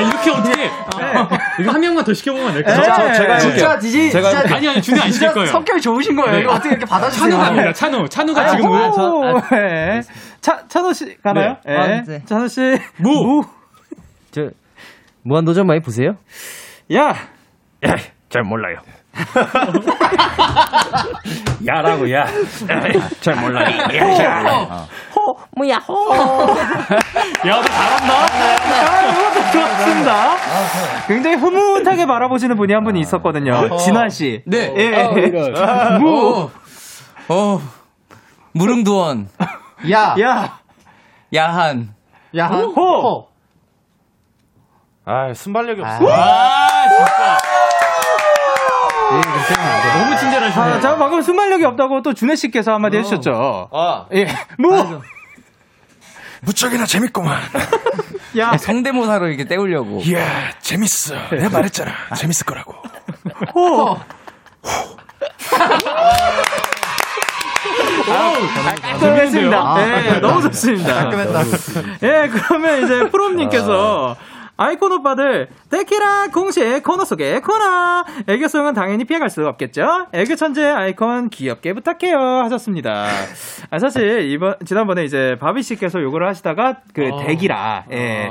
[SPEAKER 24] 이렇게
[SPEAKER 2] 네.
[SPEAKER 24] 어떻게. 네. 아, 이거 한 명만 더 시켜보면 안 될까요?
[SPEAKER 15] 네. 저- 저- 제가 진짜 해볼게요. 디지- 제가 진짜- 해볼게요.
[SPEAKER 24] 아니, 아니, 준이 안
[SPEAKER 15] 진짜
[SPEAKER 24] 시킬 거예요.
[SPEAKER 15] 성격이 좋으신 거예요. 이거 어떻게 이렇게 받아주세요.
[SPEAKER 24] 찬우 갑니다, 찬우. 찬우가
[SPEAKER 2] 아니,
[SPEAKER 24] 지금.
[SPEAKER 2] 호! 예. 차, 찬호씨 가나요?
[SPEAKER 8] 네. 아,
[SPEAKER 2] 예. 찬호씨. 무!
[SPEAKER 8] 저 무한도전 많이 보세요?
[SPEAKER 2] 야.
[SPEAKER 6] 잘 몰라요. 야라고 야. 잘 몰라요. 야, 잘 몰라요.
[SPEAKER 8] 호 뭐야 호.
[SPEAKER 24] 야,
[SPEAKER 2] 잘한다. 아, 좋습니다. 굉장히 흐뭇하게 바라보시는 분이 한 분이 있었거든요. 진환 씨.
[SPEAKER 25] 네.
[SPEAKER 2] 예.
[SPEAKER 25] 어, 이런.
[SPEAKER 2] 무.
[SPEAKER 25] 어. 무릉도원.
[SPEAKER 15] 예. 야.
[SPEAKER 2] 야.
[SPEAKER 25] 야한.
[SPEAKER 15] 야한. 어.
[SPEAKER 2] 호.
[SPEAKER 9] 아, 순발력이 없어.
[SPEAKER 24] 아, 진짜.
[SPEAKER 2] 너무 친절하시네요. 아, 자, 방금 순발력이 없다고 또 준혜 씨께서 한마디 해주셨죠.
[SPEAKER 9] 아.
[SPEAKER 2] 예. 무.
[SPEAKER 25] 무척이나 재밌구만.
[SPEAKER 2] 야.
[SPEAKER 25] 성대모사로 이렇게 때우려고.
[SPEAKER 6] 야, 재밌어. 내가 말했잖아. 재밌을 거라고.
[SPEAKER 2] 호. 깔끔했습니다.
[SPEAKER 22] 아,
[SPEAKER 2] 예, 너무 좋습니다.
[SPEAKER 22] 깔끔했다.
[SPEAKER 2] 예, 그러면 이제 프롬님께서 아이콘 오빠들 데키라 공식 코너 속의 코너 애교송은 당연히 피해갈 수 없겠죠 애교 천재 아이콘 귀엽게 부탁해요 하셨습니다 아, 사실 이번 지난번에 이제 바비 씨께서 요거를 하시다가 그
[SPEAKER 24] 어.
[SPEAKER 2] 데기라 예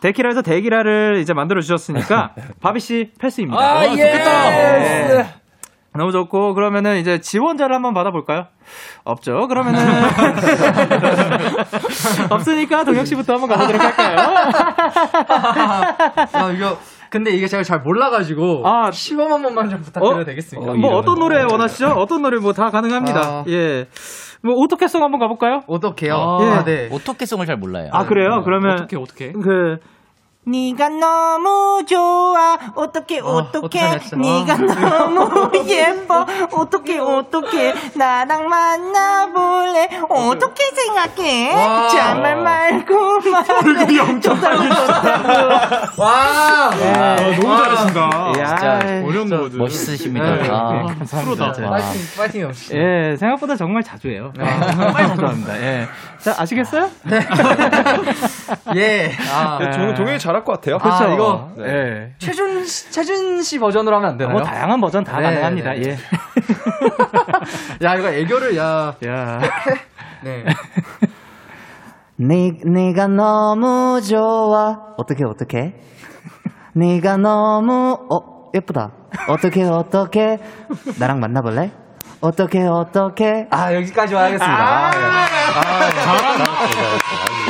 [SPEAKER 2] 데키라에서 데기라를 이제 만들어 주셨으니까 바비 씨 패스입니다
[SPEAKER 24] 아,
[SPEAKER 2] 어, 좋겠다.
[SPEAKER 24] 예스.
[SPEAKER 2] 예. 너무 좋고 그러면은 이제 지원자를 한번 받아볼까요? 없죠. 그러면은 없으니까 동혁 씨부터 한번 가보도록 할까요?
[SPEAKER 15] 아, 이거 근데 이게 제가 잘 몰라가지고 시범 한 번만 좀 부탁드려도 되겠습니까?
[SPEAKER 2] 뭐 어떤 노래 원하시죠? 어떤 노래 뭐 다 가능합니다.
[SPEAKER 15] 아.
[SPEAKER 2] 예. 뭐 어떻게송 한번 가볼까요?
[SPEAKER 15] 어떻게요?
[SPEAKER 25] 아, 네. 어떻게 송을 잘 몰라요.
[SPEAKER 2] 아 그래요? 그러면
[SPEAKER 24] 어떻게?
[SPEAKER 2] 그
[SPEAKER 22] 네가 너무 좋아 어떻게 어떻게
[SPEAKER 6] 어떡하랬어.
[SPEAKER 22] 네가
[SPEAKER 6] 어.
[SPEAKER 22] 너무 예뻐 어떻게 어떻게 나랑 만나볼래 어떻게 생각해
[SPEAKER 6] 와.
[SPEAKER 22] 잔말 말고 말해 엄청
[SPEAKER 6] 와.
[SPEAKER 2] 예. 아,
[SPEAKER 14] 너무
[SPEAKER 2] 잘하신다.
[SPEAKER 14] 진짜
[SPEAKER 2] 예.
[SPEAKER 14] 어려운 거거든.
[SPEAKER 8] 멋있으십니다.
[SPEAKER 2] 네.
[SPEAKER 8] 아,
[SPEAKER 2] 네, 감사합니다.
[SPEAKER 8] 프로다.
[SPEAKER 2] 와.
[SPEAKER 15] 파이팅 역시.
[SPEAKER 2] 예, 생각보다 정말 자주 해요. 정말 자주 합니다. 예. 자, 아시겠어요? 네.
[SPEAKER 15] 예.
[SPEAKER 9] 아, 종- 종현이 잘할 것 같아요.
[SPEAKER 2] 그렇죠.
[SPEAKER 9] 아,
[SPEAKER 2] 이거.
[SPEAKER 9] 네.
[SPEAKER 2] 예.
[SPEAKER 15] 최준 씨, 최준 씨 버전으로 하면 안 되나요?
[SPEAKER 2] 뭐 다양한 버전 다
[SPEAKER 15] 네,
[SPEAKER 2] 가능합니다.
[SPEAKER 15] 네.
[SPEAKER 2] 예.
[SPEAKER 15] 야 이거 애교를 야.
[SPEAKER 2] 야.
[SPEAKER 15] 네.
[SPEAKER 20] 네, 네가 너무 좋아. 어떻게 어떻게? 네가 너무 어 예쁘다. 어떻게 어떻게? 나랑 만나볼래? 어떻게 어떻게? 아 여기까지
[SPEAKER 15] 아,
[SPEAKER 20] 하겠습니다.
[SPEAKER 15] 네.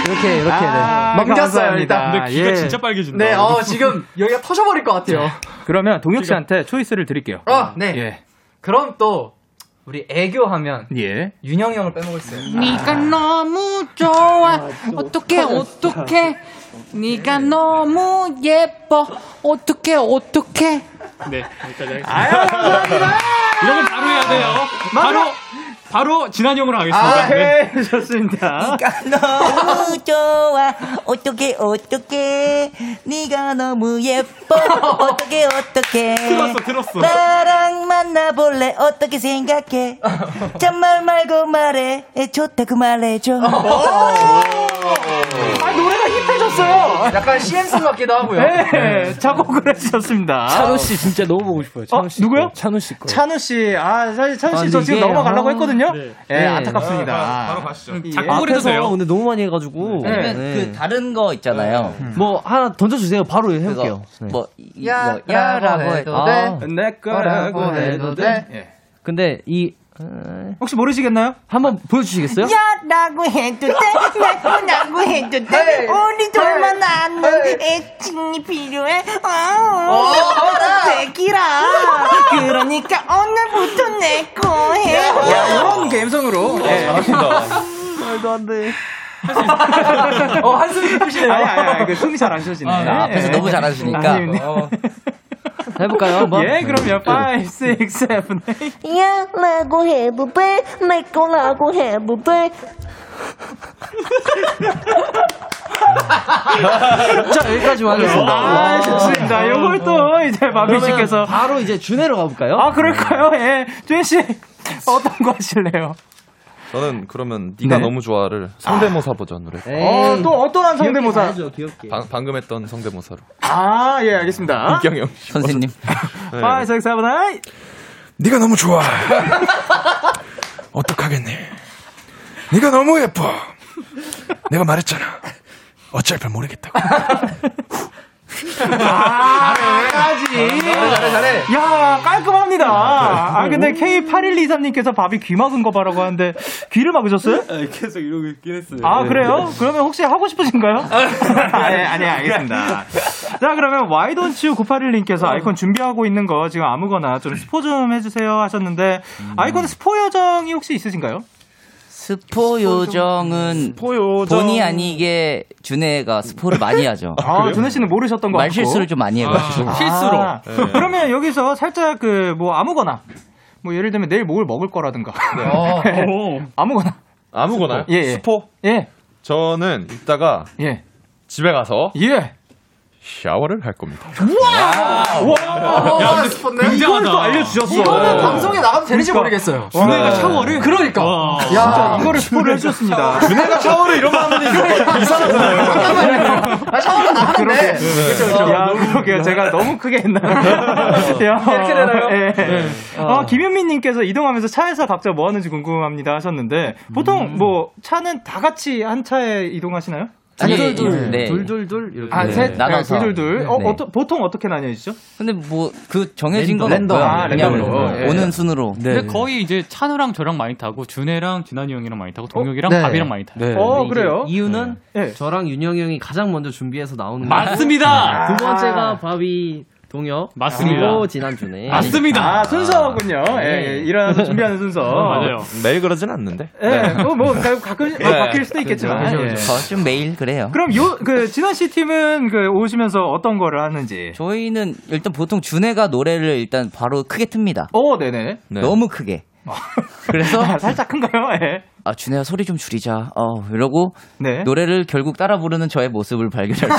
[SPEAKER 15] 이렇게 이렇게
[SPEAKER 2] 아,
[SPEAKER 15] 네. 넘겼어요
[SPEAKER 2] 감사합니다.
[SPEAKER 15] 일단.
[SPEAKER 2] 근데 귀가 예. 진짜 빨개진다.
[SPEAKER 15] 네, 어 지금 여기가 터져버릴 것 같아요.
[SPEAKER 2] 그러면 동혁 씨한테 초이스를 드릴게요.
[SPEAKER 15] 어, 네.
[SPEAKER 2] 네. 예.
[SPEAKER 15] 그럼 또 우리 애교하면
[SPEAKER 2] 예.
[SPEAKER 15] 윤영이 형을 빼먹었어요.
[SPEAKER 26] 네가 너무 아. 좋아 어떻게 어떻게 네가 너무 예뻐 어떻게 어떻게
[SPEAKER 14] 네, 여기까지 하겠습니다. 이런 건 바로 해야 돼요. 바로 바로 진한 형으로 하겠습니다.
[SPEAKER 6] 아,
[SPEAKER 14] 네.
[SPEAKER 2] 좋습니다.
[SPEAKER 6] 너무 좋아 어떻게 어떻게 네가 너무 예뻐 어떻게 어떻게
[SPEAKER 8] 들었어, 들었어.
[SPEAKER 6] 나랑 만나볼래 어떻게 생각해 잔말 말고 말해 좋다고 그 말해줘
[SPEAKER 8] 어.
[SPEAKER 15] 아 노래가 힙해졌어요. 약간 CM송 같기도 하고요.
[SPEAKER 2] 네, 작곡을 해주셨습니다.
[SPEAKER 12] 찬우 씨 진짜 너무 보고 싶어요. 찬우
[SPEAKER 2] 어,
[SPEAKER 12] 씨.
[SPEAKER 2] 누구요?
[SPEAKER 12] 찬우 씨 거.
[SPEAKER 2] 찬우 씨, 아, 사실 찬우
[SPEAKER 12] 아,
[SPEAKER 2] 씨 저
[SPEAKER 12] 근데
[SPEAKER 2] 지금
[SPEAKER 12] 이게-
[SPEAKER 2] 넘어가려고
[SPEAKER 12] 아,
[SPEAKER 2] 했거든요.
[SPEAKER 12] 네.
[SPEAKER 2] 예,
[SPEAKER 12] 네.
[SPEAKER 2] 안타깝습니다. 음, 예.
[SPEAKER 13] 앞에서 근데 너무 많이 해가지고 네.
[SPEAKER 8] 아니면 그 다른 거 있잖아요.
[SPEAKER 2] 음.
[SPEAKER 13] 뭐 하나 던져주세요. 바로 해볼게요.
[SPEAKER 8] 뭐,
[SPEAKER 13] 야,
[SPEAKER 8] 뭐 야라고 해도 네.
[SPEAKER 13] 아.
[SPEAKER 8] 돼.
[SPEAKER 2] 내 거라고 해도 돼. 예.
[SPEAKER 13] 근데 이
[SPEAKER 2] 혹시 모르시겠나요?
[SPEAKER 13] 한번 보여주시겠어요?
[SPEAKER 22] 야라고 해도 돼 나쁘다고 해도 돼 우리 둘만 아는 애칭이 필요해
[SPEAKER 6] 어,
[SPEAKER 22] 아우
[SPEAKER 6] 알아.
[SPEAKER 22] 대기라 그러니까 오늘부터 내 거해
[SPEAKER 2] 이런 감성으로. 예.
[SPEAKER 13] 말도 안 돼.
[SPEAKER 2] 어, 한숨이 푸시네요. 아니, 아니, 아니, 그 숨이 잘 안 쉬어지네.
[SPEAKER 8] 아,
[SPEAKER 2] 예.
[SPEAKER 8] 앞에서 너무 잘하시니까.
[SPEAKER 2] 아닙니다.
[SPEAKER 13] 해볼까요? 한번?
[SPEAKER 2] 예, 그럼요. 5, 6, 7, 8.
[SPEAKER 6] 야라고 해도 돼내 거라고 해도 돼
[SPEAKER 13] 자 여기까지만 하겠습니다.
[SPEAKER 2] 아, 좋습니다. 요걸 또 이제 마비 씨께서.
[SPEAKER 13] 바로 이제 준해로 가볼까요?
[SPEAKER 2] 아, 그럴까요? 예. 준씨 어떤 거 하실래요?
[SPEAKER 9] 저는 그러면 네가
[SPEAKER 2] 네.
[SPEAKER 9] 너무 좋아를 성대모사 버전으로
[SPEAKER 13] 네.
[SPEAKER 9] 해요.
[SPEAKER 2] 어, 또 어떠한 성대모사?
[SPEAKER 9] 방, 방금 했던 성대모사로.
[SPEAKER 2] 네. 아, 예, 알겠습니다.
[SPEAKER 9] 이경영
[SPEAKER 8] 선생님.
[SPEAKER 9] 네.
[SPEAKER 2] 5, 6, 7, 8.
[SPEAKER 27] 네가 너무 좋아. 어떡하겠니? 네가 너무 예뻐. 내가 말했잖아. 어쩔 줄 모르겠다고.
[SPEAKER 2] 아, 여기까지.
[SPEAKER 6] 잘해, 잘해.
[SPEAKER 2] 야, 깔끔합니다. 아, 근데 K8123님께서 밥이 귀 막은 거 봐라고 하는데, 귀를 막으셨어요?
[SPEAKER 28] 아, 계속 이러고 있긴 했어요.
[SPEAKER 2] 아, 그래요? 그러면 혹시 하고 싶으신가요? 아, 예, 아니, 알겠습니다. 어. 자, 그러면 와이돈츄 981님께서 아이콘 준비하고 있는 거 지금 아무거나 좀 스포 좀 해주세요 하셨는데, 아이콘 스포 요정이 혹시 있으신가요?
[SPEAKER 8] 스포 요정은 본의 아니게 준혜가 스포를 많이 하죠.
[SPEAKER 2] 아, 준혜 씨는 모르셨던 것 같고.
[SPEAKER 8] 말실수를 좀 많이 해가지고.
[SPEAKER 2] 아, 그러면 여기서 살짝 그, 뭐, 아무거나. 뭐, 예를 들면 내일 뭘 먹을 거라든가.
[SPEAKER 15] 네. 어,
[SPEAKER 2] 아무거나.
[SPEAKER 9] 아무거나.
[SPEAKER 2] 스포. 예, 예.
[SPEAKER 9] 스포?
[SPEAKER 2] 예.
[SPEAKER 9] 저는 이따가
[SPEAKER 2] 예.
[SPEAKER 9] 집에 가서
[SPEAKER 2] 예.
[SPEAKER 9] 샤워를 할 겁니다.
[SPEAKER 15] 와.
[SPEAKER 9] 야, 근데
[SPEAKER 15] 어, 스포네.
[SPEAKER 9] 굉장하다.
[SPEAKER 2] 이걸 또 알려주셨어.
[SPEAKER 15] 이거는 방송에 나가도 되는지 모르겠어요.
[SPEAKER 2] 준혜가
[SPEAKER 15] 네.
[SPEAKER 2] 샤워를?
[SPEAKER 15] 그러니까.
[SPEAKER 2] 와.
[SPEAKER 15] 야,
[SPEAKER 2] 진짜 이거를 스포를 해주셨습니다.
[SPEAKER 15] 준혜가 샤워를 이러면 하면 이거 이상하잖아요. 잠깐만요. 아, 샤워는 나가는데.
[SPEAKER 2] 그러게.
[SPEAKER 15] 그쵸,
[SPEAKER 2] 그렇죠. 야, 그러게요. 제가 너무 크게 했나요?
[SPEAKER 15] 이렇게 되나요?
[SPEAKER 2] 예. 어, 김현민님께서 이동하면서 차에서 각자 뭐 하는지 궁금합니다 하셨는데, 보통 뭐, 차는 다 같이 한 차에 이동하시나요?
[SPEAKER 8] 아니, 둘둘둘. 네.
[SPEAKER 13] 둘둘둘 이렇게
[SPEAKER 2] 아,
[SPEAKER 8] 네.
[SPEAKER 2] 셋?
[SPEAKER 8] 나눠서.
[SPEAKER 2] 네, 둘둘둘. 어,
[SPEAKER 8] 네.
[SPEAKER 2] 어떠- 보통 어떻게 나뉘어지죠?
[SPEAKER 8] 근데 뭐, 그 정해진 건
[SPEAKER 2] 랜덤.
[SPEAKER 8] 없고요.
[SPEAKER 2] 아,
[SPEAKER 8] 그냥
[SPEAKER 2] 랜덤으로. 예.
[SPEAKER 8] 오는 순으로.
[SPEAKER 14] 근데 거의 이제 찬우랑 저랑 많이 타고 준혜랑 진한이 형이랑 많이 타고 동혁이랑
[SPEAKER 13] 네.
[SPEAKER 14] 밥이랑 많이 타요.
[SPEAKER 2] 어,
[SPEAKER 13] 근데 이제 이유는
[SPEAKER 2] 네.
[SPEAKER 13] 저랑 윤영이 형이 가장 먼저 준비해서 나오는 거고 아.
[SPEAKER 14] 맞습니다.
[SPEAKER 13] 두 번째가 밥이 동요.
[SPEAKER 2] 아. 맞습니다.
[SPEAKER 13] 그리고 지난주네. 음.
[SPEAKER 2] 맞습니다. 아, 순서군요. 예, 예, 일어나서 준비하는 순서.
[SPEAKER 9] 매일 그러진 않는데.
[SPEAKER 2] 예,
[SPEAKER 8] 네.
[SPEAKER 2] 뭐, 뭐, 가- 가끔 뭐
[SPEAKER 8] 예.
[SPEAKER 9] 네.
[SPEAKER 2] 바뀔 수도 있겠지만.
[SPEAKER 9] 그죠,
[SPEAKER 2] 예.
[SPEAKER 9] 그죠.
[SPEAKER 8] 저좀 매일 그래요.
[SPEAKER 2] 그럼 요, 그, 진아 씨 팀은 그, 오시면서 어떤 거를 하는지.
[SPEAKER 8] 저희는 일단 보통 준혜가 노래를 일단 바로 크게 틉니다.
[SPEAKER 2] 어, 네네.
[SPEAKER 8] 너무 크게. 그래서
[SPEAKER 2] 살짝 큰가요? 예.
[SPEAKER 8] 아 준혜야 소리 좀 줄이자. 어 이러고
[SPEAKER 6] 예?
[SPEAKER 2] 네.
[SPEAKER 8] 노래를 결국 따라 부르는 저의 모습을 발견할 수 있어요.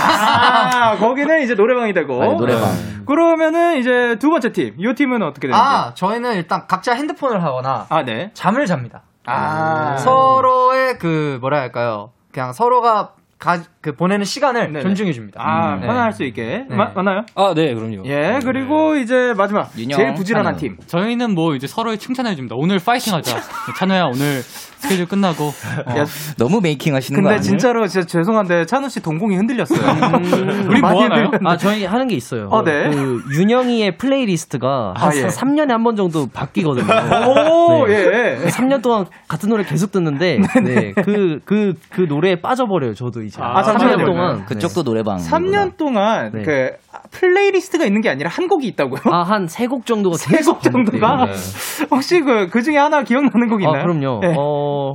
[SPEAKER 2] 아, 거기는 이제 노래방이 되고. 네.
[SPEAKER 8] 아, 노래방.
[SPEAKER 2] 그러면은 이제 두 번째 팀. 요 팀은 어떻게 되는지.
[SPEAKER 15] 아, 저희는 일단 각자 핸드폰을 하거나
[SPEAKER 2] 아, 네.
[SPEAKER 15] 잠을 잡니다.
[SPEAKER 2] 아.
[SPEAKER 15] 서로의 그 뭐라 할까요? 그냥 서로가 가, 그 보내는 시간을 존중해 줍니다.
[SPEAKER 2] 아,
[SPEAKER 15] 네.
[SPEAKER 2] 편안할 수 있게. 마- 맞나요?
[SPEAKER 12] 아, 네, 그럼요.
[SPEAKER 2] 예, 그리고 이제 마지막. 제일 부지런한 팀.
[SPEAKER 14] 저희는 뭐 이제 서로의 칭찬해 줍니다. 오늘 파이팅하자. 찬호야 오늘 스케줄 끝나고 어.
[SPEAKER 8] 너무 메이킹 하시는 거
[SPEAKER 2] 근데
[SPEAKER 8] 아니에요?
[SPEAKER 2] 진짜로 진짜 죄송한데 찬우 씨 동공이 흔들렸어요.
[SPEAKER 14] 음.
[SPEAKER 2] 우리
[SPEAKER 13] 뭐
[SPEAKER 2] 많이
[SPEAKER 13] 하나요?
[SPEAKER 2] 흔들렸는데.
[SPEAKER 13] 아, 저희 하는 게 있어요.
[SPEAKER 2] 아, 네.
[SPEAKER 13] 그 윤영이의 플레이리스트가
[SPEAKER 2] 아,
[SPEAKER 13] 한
[SPEAKER 2] 예.
[SPEAKER 13] 3년에 한 번 정도 바뀌거든요. 네.
[SPEAKER 2] 오, 예.
[SPEAKER 13] 3년 동안 같은 노래 계속 듣는데 네. 그, 그, 그 노래에 빠져버려요, 저도 이제.
[SPEAKER 2] 아,
[SPEAKER 13] 삼
[SPEAKER 2] 잠시만요. 네.
[SPEAKER 13] 3년 동안.
[SPEAKER 8] 그쪽도 노래방.
[SPEAKER 2] 3년 동안
[SPEAKER 13] 네.
[SPEAKER 2] 그 플레이리스트가 있는 게 아니라 한 곡이 있다고요?
[SPEAKER 13] 아, 한 세 곡 정도가
[SPEAKER 2] 세 곡 정도가
[SPEAKER 13] 네.
[SPEAKER 2] 혹시 그, 그 중에 하나 기억나는 곡 있나요?
[SPEAKER 13] 아, 그럼요.
[SPEAKER 2] 네.
[SPEAKER 13] 어.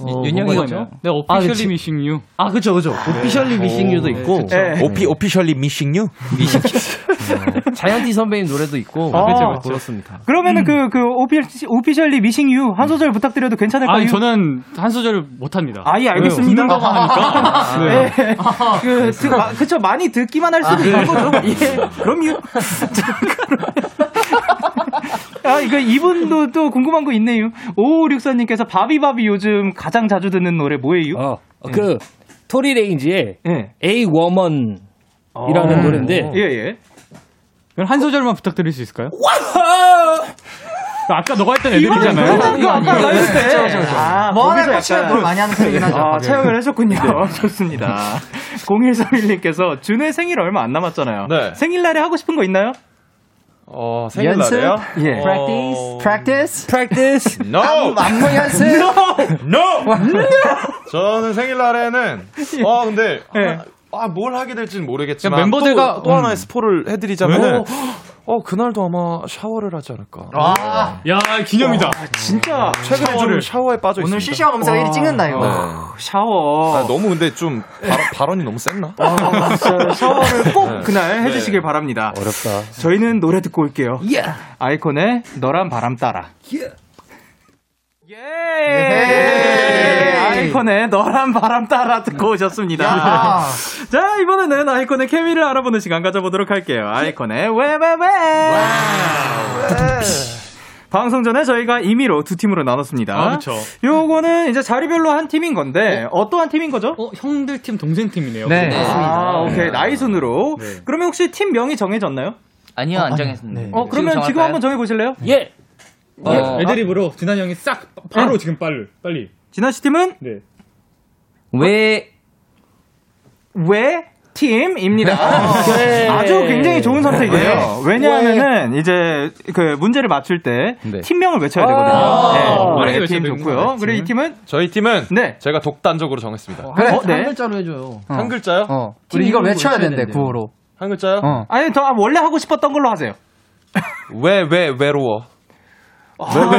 [SPEAKER 13] 어,
[SPEAKER 14] 윤영이가
[SPEAKER 13] 뭐가
[SPEAKER 14] 있나요?
[SPEAKER 13] 있죠?
[SPEAKER 14] 네,
[SPEAKER 13] 아,
[SPEAKER 14] Officially
[SPEAKER 13] 그치.
[SPEAKER 14] Missing You.
[SPEAKER 13] 아, 그쵸, 그쵸. 오피셜리
[SPEAKER 9] 어.
[SPEAKER 13] 미싱 유도
[SPEAKER 2] 예.
[SPEAKER 13] 있고.
[SPEAKER 19] 오피 오피셜리 미싱 유?
[SPEAKER 13] 자이언티 선배님 노래도 있고.
[SPEAKER 2] 아,
[SPEAKER 13] 그쵸,
[SPEAKER 2] 그쵸.
[SPEAKER 13] 그렇습니다.
[SPEAKER 14] 음.
[SPEAKER 2] 그러면은 그, 그 오피셜, 오피셜리 미싱 유 한 소절 부탁드려도 괜찮을까요?
[SPEAKER 14] 아니 저는 한 소절을 못 합니다.
[SPEAKER 2] 아예 알겠습니다.
[SPEAKER 14] 듣는다고 하니까.
[SPEAKER 2] 네. 그, 그, 아, 그쵸, 많이
[SPEAKER 14] 아,
[SPEAKER 2] 듣기만 할
[SPEAKER 14] 네.
[SPEAKER 2] 수도 있는 거죠. 예, 그럼요. 아, 이거 이분도 또 궁금한 거 있네요. 5564님께서 바비바비 요즘 가장 자주 듣는 노래 뭐예요?
[SPEAKER 12] 어, 그, 토리 레인지의 A Woman이라는
[SPEAKER 14] 어.
[SPEAKER 12] 노래인데.
[SPEAKER 2] 예, 예.
[SPEAKER 14] 그럼 한 소절만 부탁드릴 수 있을까요? 아까 너가 했던 애들이잖아요.
[SPEAKER 2] 이거 그거 아까
[SPEAKER 14] 이거.
[SPEAKER 2] 나 했을 때.
[SPEAKER 14] 그쵸, 그쵸, 그쵸.
[SPEAKER 2] 아,
[SPEAKER 15] 뭐 하나
[SPEAKER 2] 거기서
[SPEAKER 15] 꽂히면
[SPEAKER 2] 약간
[SPEAKER 15] 뭘 많이 하는 편이긴 하죠,
[SPEAKER 2] 아,
[SPEAKER 15] 바비바비.
[SPEAKER 2] 체험을 하셨군요. 좋습니다. 0131님께서 준의 생일 얼마 안 남았잖아요.
[SPEAKER 9] 네.
[SPEAKER 2] 생일날에 하고 싶은 거 있나요?
[SPEAKER 9] 어,
[SPEAKER 2] 연습? 예.
[SPEAKER 15] practice,
[SPEAKER 12] practice.
[SPEAKER 9] No.
[SPEAKER 15] 안무, 안무 연습.
[SPEAKER 9] No. 저는 생일날에는 아 근데
[SPEAKER 2] 예.
[SPEAKER 9] 아 뭘 하게 될지는 모르겠지만
[SPEAKER 27] 그냥 멤버들과-
[SPEAKER 9] 또, 또 하나의
[SPEAKER 27] 음.
[SPEAKER 9] 스포를 해드리자면
[SPEAKER 27] 오. 어 그날도 아마 샤워를 하지 않을까.
[SPEAKER 14] 야 기념이다.
[SPEAKER 2] 진짜
[SPEAKER 9] 최근에 좀 샤워에 빠져 있습니다.
[SPEAKER 15] 오늘 실시간 검색어 1위 찍는다, 이거.
[SPEAKER 9] 네.
[SPEAKER 2] 샤워.
[SPEAKER 9] 너무 근데 좀 발언, 이 너무 셌나?
[SPEAKER 2] 아, 진짜 샤워를 꼭
[SPEAKER 9] 네.
[SPEAKER 2] 그날
[SPEAKER 9] 네.
[SPEAKER 2] 해주시길 바랍니다. 어렵다. 저희는 노래 듣고 올게요. 아이콘의 너란 바람 따라. 예! 아이콘의 너란 바람 따라 듣고 오셨습니다.
[SPEAKER 6] 야.
[SPEAKER 2] 자, 이번에는 아이콘의 케미를 알아보는 시간 가져보도록 할게요. 아이콘의 왜왜왜! 방송 전에 저희가 임의로 두 팀으로 나눴습니다.
[SPEAKER 14] 아, 그쵸.
[SPEAKER 2] 요거는 이제 자리별로 한 팀인 건데 어? 떠한 팀인 거죠?
[SPEAKER 14] 형들 팀, 동생 팀이네요.
[SPEAKER 2] 네.
[SPEAKER 14] 맞습니다.
[SPEAKER 2] 아, 오케이. 나이 순으로. 그러면 혹시 팀 명이 정해졌나요?
[SPEAKER 8] 아니요 안 정했습니다.
[SPEAKER 2] 어, 그러면 지금,
[SPEAKER 8] 정할까요?
[SPEAKER 2] 한번 정해 보실래요?
[SPEAKER 12] 예.
[SPEAKER 8] 어, 예.
[SPEAKER 14] 애드립으로 진한 형이 싹 바- 바로 지금 빨리 빨리.
[SPEAKER 2] 진아 씨 팀은
[SPEAKER 14] 네.
[SPEAKER 8] 아, 왜?
[SPEAKER 2] 왜? 팀입니다.
[SPEAKER 6] 오케이.
[SPEAKER 2] 아주 굉장히 좋은 선택이에요.
[SPEAKER 6] 왜?
[SPEAKER 2] 왜냐하면은 이제 그 문제를 맞출 때 팀명을 외쳐야 되거든요.
[SPEAKER 9] 아~
[SPEAKER 2] 네, 네, 팀 좋고요. 그리고 이 팀은
[SPEAKER 9] 저희 팀은 제가 독단적으로 정했습니다.
[SPEAKER 2] 네. 어, 네.
[SPEAKER 13] 글자로 해줘요.
[SPEAKER 9] 한 글자요?
[SPEAKER 15] 우리 어. 이걸 외쳐야 된대, 구호로.
[SPEAKER 9] 한 글자요?
[SPEAKER 2] 아니 더 원래 하고 싶었던 걸로 하세요.
[SPEAKER 9] 왜, 왜, 외로워?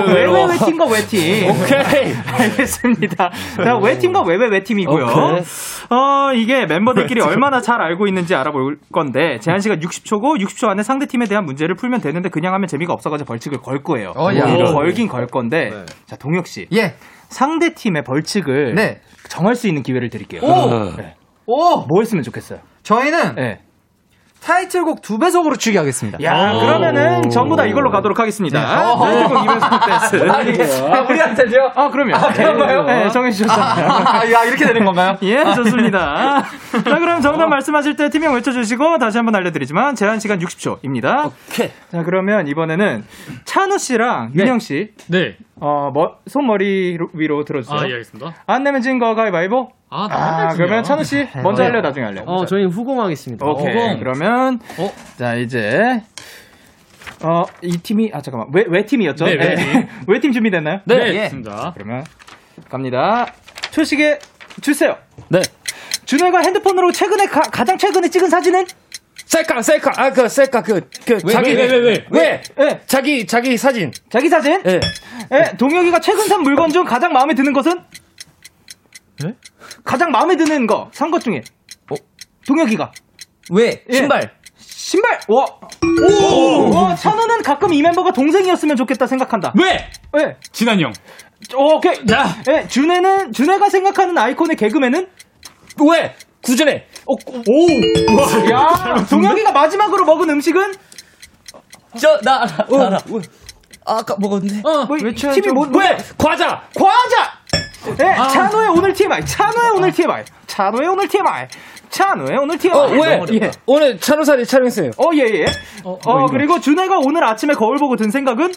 [SPEAKER 2] 왜왜 왜 팀과 왜 팀.
[SPEAKER 9] 오케이.
[SPEAKER 2] 알겠습니다. 자, 왜 팀과 왜 왜 왜 팀이고요.
[SPEAKER 6] 오케이.
[SPEAKER 2] 어, 이게 멤버들끼리 얼마나 잘 알고 있는지 알아볼 건데, 제한 시간 60초고, 60초 안에 상대 팀에 대한 문제를 풀면 되는데, 그냥 하면 재미가 없어가지고 벌칙을 걸 거예요.
[SPEAKER 15] 어, 야. 네.
[SPEAKER 2] 이거
[SPEAKER 15] 오.
[SPEAKER 2] 걸긴 걸 건데, 자, 동혁씨.
[SPEAKER 15] 예.
[SPEAKER 2] 상대 팀의 벌칙을
[SPEAKER 15] 네.
[SPEAKER 2] 정할 수 있는 기회를 드릴게요.
[SPEAKER 15] 오!
[SPEAKER 2] 네.
[SPEAKER 15] 오!
[SPEAKER 2] 뭐 했으면 좋겠어요?
[SPEAKER 15] 저희는
[SPEAKER 2] 네.
[SPEAKER 15] 타이틀곡 두 배속으로 추게 하겠습니다.
[SPEAKER 2] 야, 그러면은 전부 다 이걸로 가도록 하겠습니다. 네.
[SPEAKER 15] 어. 아, 이게- 아, 우리한테요?
[SPEAKER 2] 아, 그럼요.
[SPEAKER 15] 아, 그런가요?
[SPEAKER 2] 네, 정해주셨습니다.
[SPEAKER 15] 아, 야, 이렇게 되는 건가요?
[SPEAKER 2] 예, 좋습니다. 어? 자, 그럼 정답 말씀하실 때 팀명 외쳐주시고 다시 한번 알려드리지만 제한 시간 60초입니다. 오케이. 자, 그러면 이번에는 찬우 씨랑 윤영 씨.
[SPEAKER 14] 네.
[SPEAKER 2] 어, 머, 손머리 로- 위로 들어주세요.
[SPEAKER 14] 아, 예, 알겠습니다.
[SPEAKER 2] 안 내면 진거 가위바위보?
[SPEAKER 14] 아,
[SPEAKER 2] 아, 그러면 찬우 씨
[SPEAKER 14] 네.
[SPEAKER 2] 먼저 할래요, 나중에 할래요?
[SPEAKER 13] 어, 저희는 후공하겠습니다.
[SPEAKER 8] 어,
[SPEAKER 2] 오케이. 어, 그러면
[SPEAKER 14] 어?
[SPEAKER 2] 자 이제 어 이 팀이 아 잠깐만 왜 왜 팀이었죠?
[SPEAKER 14] 네, 왜 팀.
[SPEAKER 2] 왜팀 준비됐나요?
[SPEAKER 14] 네, 네, 예. 됐습니다.
[SPEAKER 2] 자, 그러면 갑니다. 초식에 주세요.
[SPEAKER 12] 네.
[SPEAKER 2] 준호가 핸드폰으로 최근에 가, 장 최근에 찍은 사진은
[SPEAKER 6] 셀카 셀카 아 그 셀카 그 그
[SPEAKER 29] 왜,
[SPEAKER 6] 자기
[SPEAKER 29] 왜, 왜, 왜,
[SPEAKER 6] 왜? 자기 자기 사진
[SPEAKER 2] 예, 자기 사진? 예. 동혁이가 최근 산 물건 중 가장 마음에 드는 것은?
[SPEAKER 29] 예?
[SPEAKER 2] 가장 마음에 드는 거, 산 것 중에. 동혁이가.
[SPEAKER 29] 왜?
[SPEAKER 6] 예.
[SPEAKER 29] 신발.
[SPEAKER 2] 예. 신발! 와! 오! 와, 천우는 가끔 이 멤버가 동생이었으면 좋겠다 생각한다.
[SPEAKER 15] 왜?
[SPEAKER 2] 왜?
[SPEAKER 15] 진한 형.
[SPEAKER 2] 오케이. 예, 준혜는, 준혜가 생각하는 아이콘의 개그맨은?
[SPEAKER 6] 왜? 구준혜.
[SPEAKER 2] 오! 오! 야! 동혁이가 마지막으로 먹은 음식은?
[SPEAKER 29] 저, 나, 알아, 나 알아.
[SPEAKER 2] 아까 먹었는데. 어, 뭐, 팀이
[SPEAKER 29] 좀-
[SPEAKER 2] 뭐,
[SPEAKER 29] 왜?
[SPEAKER 6] 과자!
[SPEAKER 2] 과자! 예,
[SPEAKER 29] 아.
[SPEAKER 2] 찬호의 오늘 TMI. 찬호의 오늘 TMI. 찬호의 오늘 TMI. 찬호의 오늘 TMI.
[SPEAKER 6] 어, 왜?
[SPEAKER 2] 예.
[SPEAKER 6] 오늘 찬호사리 촬영했어요.
[SPEAKER 2] 어, 예, 예. 어,
[SPEAKER 6] 어, 이거.
[SPEAKER 2] 그리고 준혜가 오늘 아침에 거울 보고 든 생각은?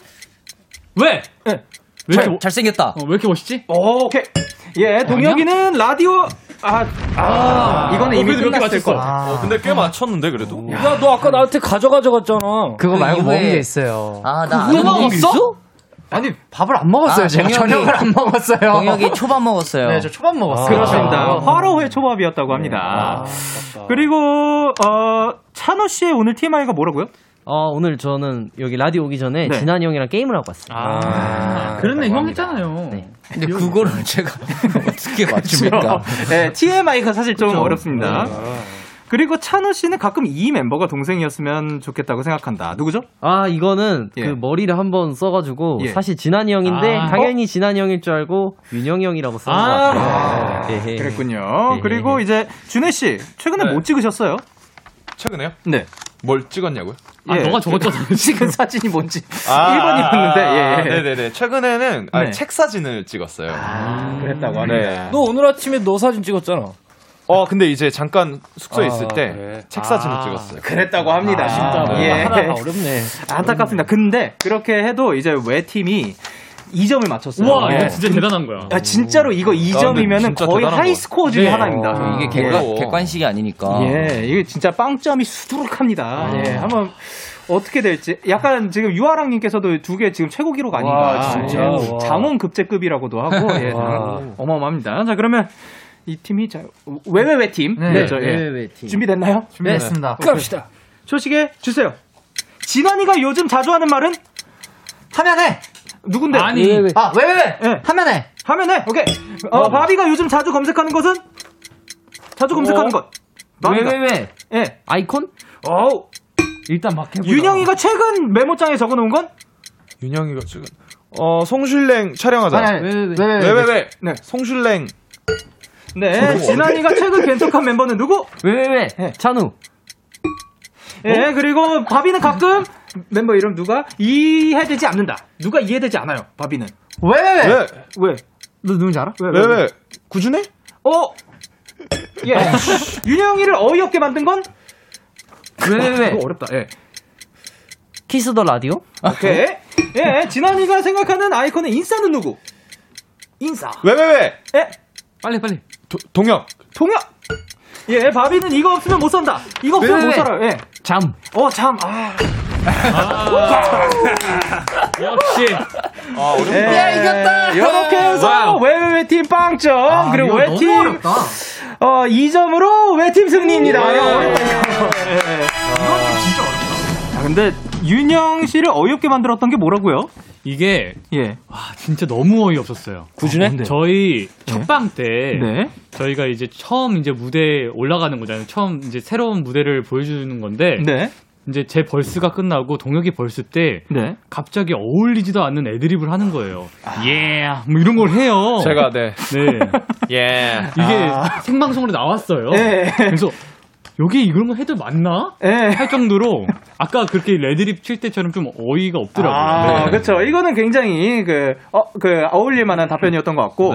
[SPEAKER 15] 왜?
[SPEAKER 2] 예.
[SPEAKER 15] 왜 이렇게
[SPEAKER 2] 잘생겼다.
[SPEAKER 15] 왜 이렇게 멋있지?
[SPEAKER 2] 오, 오케이. 예, 동혁이는 라디오, 아, 아, 이거는 이미 끝났을 거
[SPEAKER 9] 어, 근데 꽤 맞췄는데 그래도.
[SPEAKER 6] 야, 너 아까 나한테 가져가져 갔잖아.
[SPEAKER 9] 그거 말고
[SPEAKER 6] 이거에-
[SPEAKER 9] 먹은 게
[SPEAKER 30] 있어요.
[SPEAKER 31] 아,
[SPEAKER 30] 나
[SPEAKER 31] 나
[SPEAKER 30] 안 먹은 게 있어? 아니 밥을 안 먹었어요.
[SPEAKER 31] 아,
[SPEAKER 30] 제가
[SPEAKER 31] 동혁이-
[SPEAKER 30] 저녁을 안 먹었어요.
[SPEAKER 31] 동혁이 초밥 먹었어요.
[SPEAKER 30] 네, 저 초밥 먹었어요.
[SPEAKER 2] 아, 그렇습니다. 화로회 초밥이었다고 합니다. 그렇죠. 네, 아, 그리고 어 찬호 씨의 오늘 TMI가 뭐라고요?
[SPEAKER 8] 어, 오늘 저는 여기 라디오 오기 전에
[SPEAKER 2] 네.
[SPEAKER 8] 진한이 형이랑 게임을 하고 왔어요.
[SPEAKER 15] 그랬네, 형 했잖아요.
[SPEAKER 8] 근데 그거를 제가 어떻게 맞춥니까?
[SPEAKER 2] 네, TMI가 사실 좀
[SPEAKER 8] 그쵸.
[SPEAKER 2] 어렵습니다. 그리고 찬호 씨는 가끔 이 멤버가 동생이었으면 좋겠다고 생각한다. 누구죠?
[SPEAKER 8] 아, 이거는 그 머리를 한번 써가지고
[SPEAKER 2] 예.
[SPEAKER 8] 사실 진한이 형인데
[SPEAKER 2] 아.
[SPEAKER 8] 당연히 진한이 형일 줄 알고 윤형이 형이라고 써것
[SPEAKER 2] 아.
[SPEAKER 8] 같아요. 예.
[SPEAKER 2] 그랬군요.
[SPEAKER 8] 예.
[SPEAKER 2] 그리고 이제 준혜 씨 최근에 뭐 찍으셨어요?
[SPEAKER 9] 최근에요?
[SPEAKER 2] 네.
[SPEAKER 9] 뭘 찍었냐고요?
[SPEAKER 2] 아, 너가 적었잖아. 찍은 사진이 뭔지 1번이었는데
[SPEAKER 9] 아,
[SPEAKER 2] 예.
[SPEAKER 9] 네네네. 최근에는 아,
[SPEAKER 2] 네.
[SPEAKER 9] 책 사진을 찍었어요.
[SPEAKER 2] 그랬다고
[SPEAKER 9] 네.
[SPEAKER 6] 너 오늘 아침에 너 사진 찍었잖아.
[SPEAKER 9] 어 근데 이제 잠깐 숙소에
[SPEAKER 6] 아,
[SPEAKER 9] 있을 때
[SPEAKER 6] 그래.
[SPEAKER 9] 책 사진을
[SPEAKER 6] 아,
[SPEAKER 9] 찍었어요.
[SPEAKER 2] 그랬다고 합니다. 예.
[SPEAKER 9] 아쉽다. 하나가
[SPEAKER 6] 어렵네.
[SPEAKER 2] 안타깝습니다. 근데 그렇게 해도 이제 외 팀이 2점을 맞췄어요.
[SPEAKER 15] 우와, 이거
[SPEAKER 2] 예.
[SPEAKER 15] 진짜 대단한 거야.
[SPEAKER 2] 아, 진짜로 이거
[SPEAKER 15] 아,
[SPEAKER 2] 2점이면
[SPEAKER 15] 진짜
[SPEAKER 2] 거의
[SPEAKER 15] 대단한
[SPEAKER 2] 하이
[SPEAKER 15] 거야.
[SPEAKER 2] 스코어 중에
[SPEAKER 15] 네.
[SPEAKER 2] 하나입니다.
[SPEAKER 15] 어,
[SPEAKER 31] 이게 객관, 객관식이 아니니까.
[SPEAKER 2] 예, 이게 진짜 빵점이 수두룩합니다. 예, 한번 어떻게 될지. 약간 지금 유아랑님께서도 두 개 지금 최고 기록 아닌가.
[SPEAKER 29] 와, 진짜.
[SPEAKER 2] 예,
[SPEAKER 29] 와.
[SPEAKER 2] 장원 급제급이라고도 하고, 예,
[SPEAKER 29] 와.
[SPEAKER 2] 장원. 어마어마합니다. 자, 그러면 이 팀이 자, 외외외 팀.
[SPEAKER 29] 네,
[SPEAKER 2] 저, 예.
[SPEAKER 29] 외외외 팀.
[SPEAKER 2] 준비됐나요?
[SPEAKER 29] 준비됐어요. 네, 했습니다.
[SPEAKER 15] 그러니까
[SPEAKER 2] 오케이.
[SPEAKER 29] 갑시다.
[SPEAKER 2] 초식에 주세요. 진환이가 요즘 자주 하는 말은? 하면해! 누군데?
[SPEAKER 29] 아니. 왜, 왜.
[SPEAKER 2] 아, 왜, 왜, 왜? 하면해! 하면해! 오케이. 어,
[SPEAKER 29] 어.
[SPEAKER 2] 바비가 요즘 자주 검색하는 것은? 자주 검색하는
[SPEAKER 29] 어.
[SPEAKER 2] 것.
[SPEAKER 29] 왜,
[SPEAKER 2] 바비가.
[SPEAKER 29] 왜, 왜?
[SPEAKER 2] 예.
[SPEAKER 8] 아이콘?
[SPEAKER 2] 어우.
[SPEAKER 8] 일단 막 해보자.
[SPEAKER 2] 윤영이가 최근 메모장에 적어놓은 건?
[SPEAKER 9] 윤영이가 지금 어 송슐랭 촬영하자.
[SPEAKER 2] 아니,
[SPEAKER 8] 네.
[SPEAKER 2] 아니, 왜, 왜, 왜,
[SPEAKER 9] 왜, 왜,
[SPEAKER 2] 왜?
[SPEAKER 9] 왜?
[SPEAKER 2] 네.
[SPEAKER 9] 송슐랭.
[SPEAKER 2] 네. 진환이가 최근 벤톡한 멤버는 누구?
[SPEAKER 8] 왜, 왜, 왜? 찬우.
[SPEAKER 2] 예, 그리고 바비는 가끔 멤버 이름 누가 이해되지 않는다. 누가 이해되지 않아요, 바비는. 왜, 왜, 왜? 왜? 너 누군지 알아? 왜,
[SPEAKER 9] 왜, 왜? 구준해?
[SPEAKER 2] 어? 예. 윤영이를 어이없게 만든 건?
[SPEAKER 8] 왜, 왜, 왜?
[SPEAKER 2] 그거 어렵다, 예.
[SPEAKER 8] 키스 더 라디오?
[SPEAKER 2] 오케이. 예, 진환이가 생각하는 아이콘의 인싸는 누구? 인싸.
[SPEAKER 9] 왜, 왜, 왜?
[SPEAKER 2] 예.
[SPEAKER 8] 빨리, 빨리.
[SPEAKER 9] 도, 동혁.
[SPEAKER 2] 동혁! 예, 바비는 이거 없으면 못 산다. 이거 없으면
[SPEAKER 29] 왜,
[SPEAKER 2] 못
[SPEAKER 29] 왜?
[SPEAKER 2] 살아요, 예. 잠. 어, 잠. 아.
[SPEAKER 15] 역시.
[SPEAKER 9] 아,
[SPEAKER 29] 어렵다.
[SPEAKER 2] 네, 이렇게 해서 외외외팀 빵점 그리고
[SPEAKER 29] 이거 너무
[SPEAKER 2] 외팀 어 2점으로 외팀 승리입니다. 예. 아, 근데 윤영 씨를 어이없게 만들었던 게 뭐라고요?
[SPEAKER 15] 이게
[SPEAKER 2] 예.
[SPEAKER 15] 와 진짜 너무 어이없었어요.
[SPEAKER 2] 구준해? 뭔데?
[SPEAKER 15] 저희 첫방 때
[SPEAKER 2] 네.
[SPEAKER 15] 저희가 이제 처음 이제 무대에 올라가는 거잖아요. 처음 이제 새로운 무대를 보여주는 건데
[SPEAKER 2] 네.
[SPEAKER 15] 이제 제 벌스가 끝나고 동혁이 벌스 때
[SPEAKER 2] 네.
[SPEAKER 15] 갑자기 어울리지도 않는 애드립을 하는 거예요.
[SPEAKER 30] 아.
[SPEAKER 15] 예, 뭐 이런 걸 해요.
[SPEAKER 9] 제가, 네.
[SPEAKER 15] 네.
[SPEAKER 9] 예.
[SPEAKER 30] 아.
[SPEAKER 15] 이게 생방송으로 나왔어요.
[SPEAKER 30] 네.
[SPEAKER 2] 네.
[SPEAKER 9] 예.
[SPEAKER 15] 그래서 여기 이런 거 해도 맞나? 할 정도로 아까 그렇게 레드립 칠 때처럼 좀 어이가 없더라고요.
[SPEAKER 2] 아,
[SPEAKER 15] 네.
[SPEAKER 2] 그렇죠. 이거는 굉장히 그, 어, 그 어울릴 만한 답변이었던 것 같고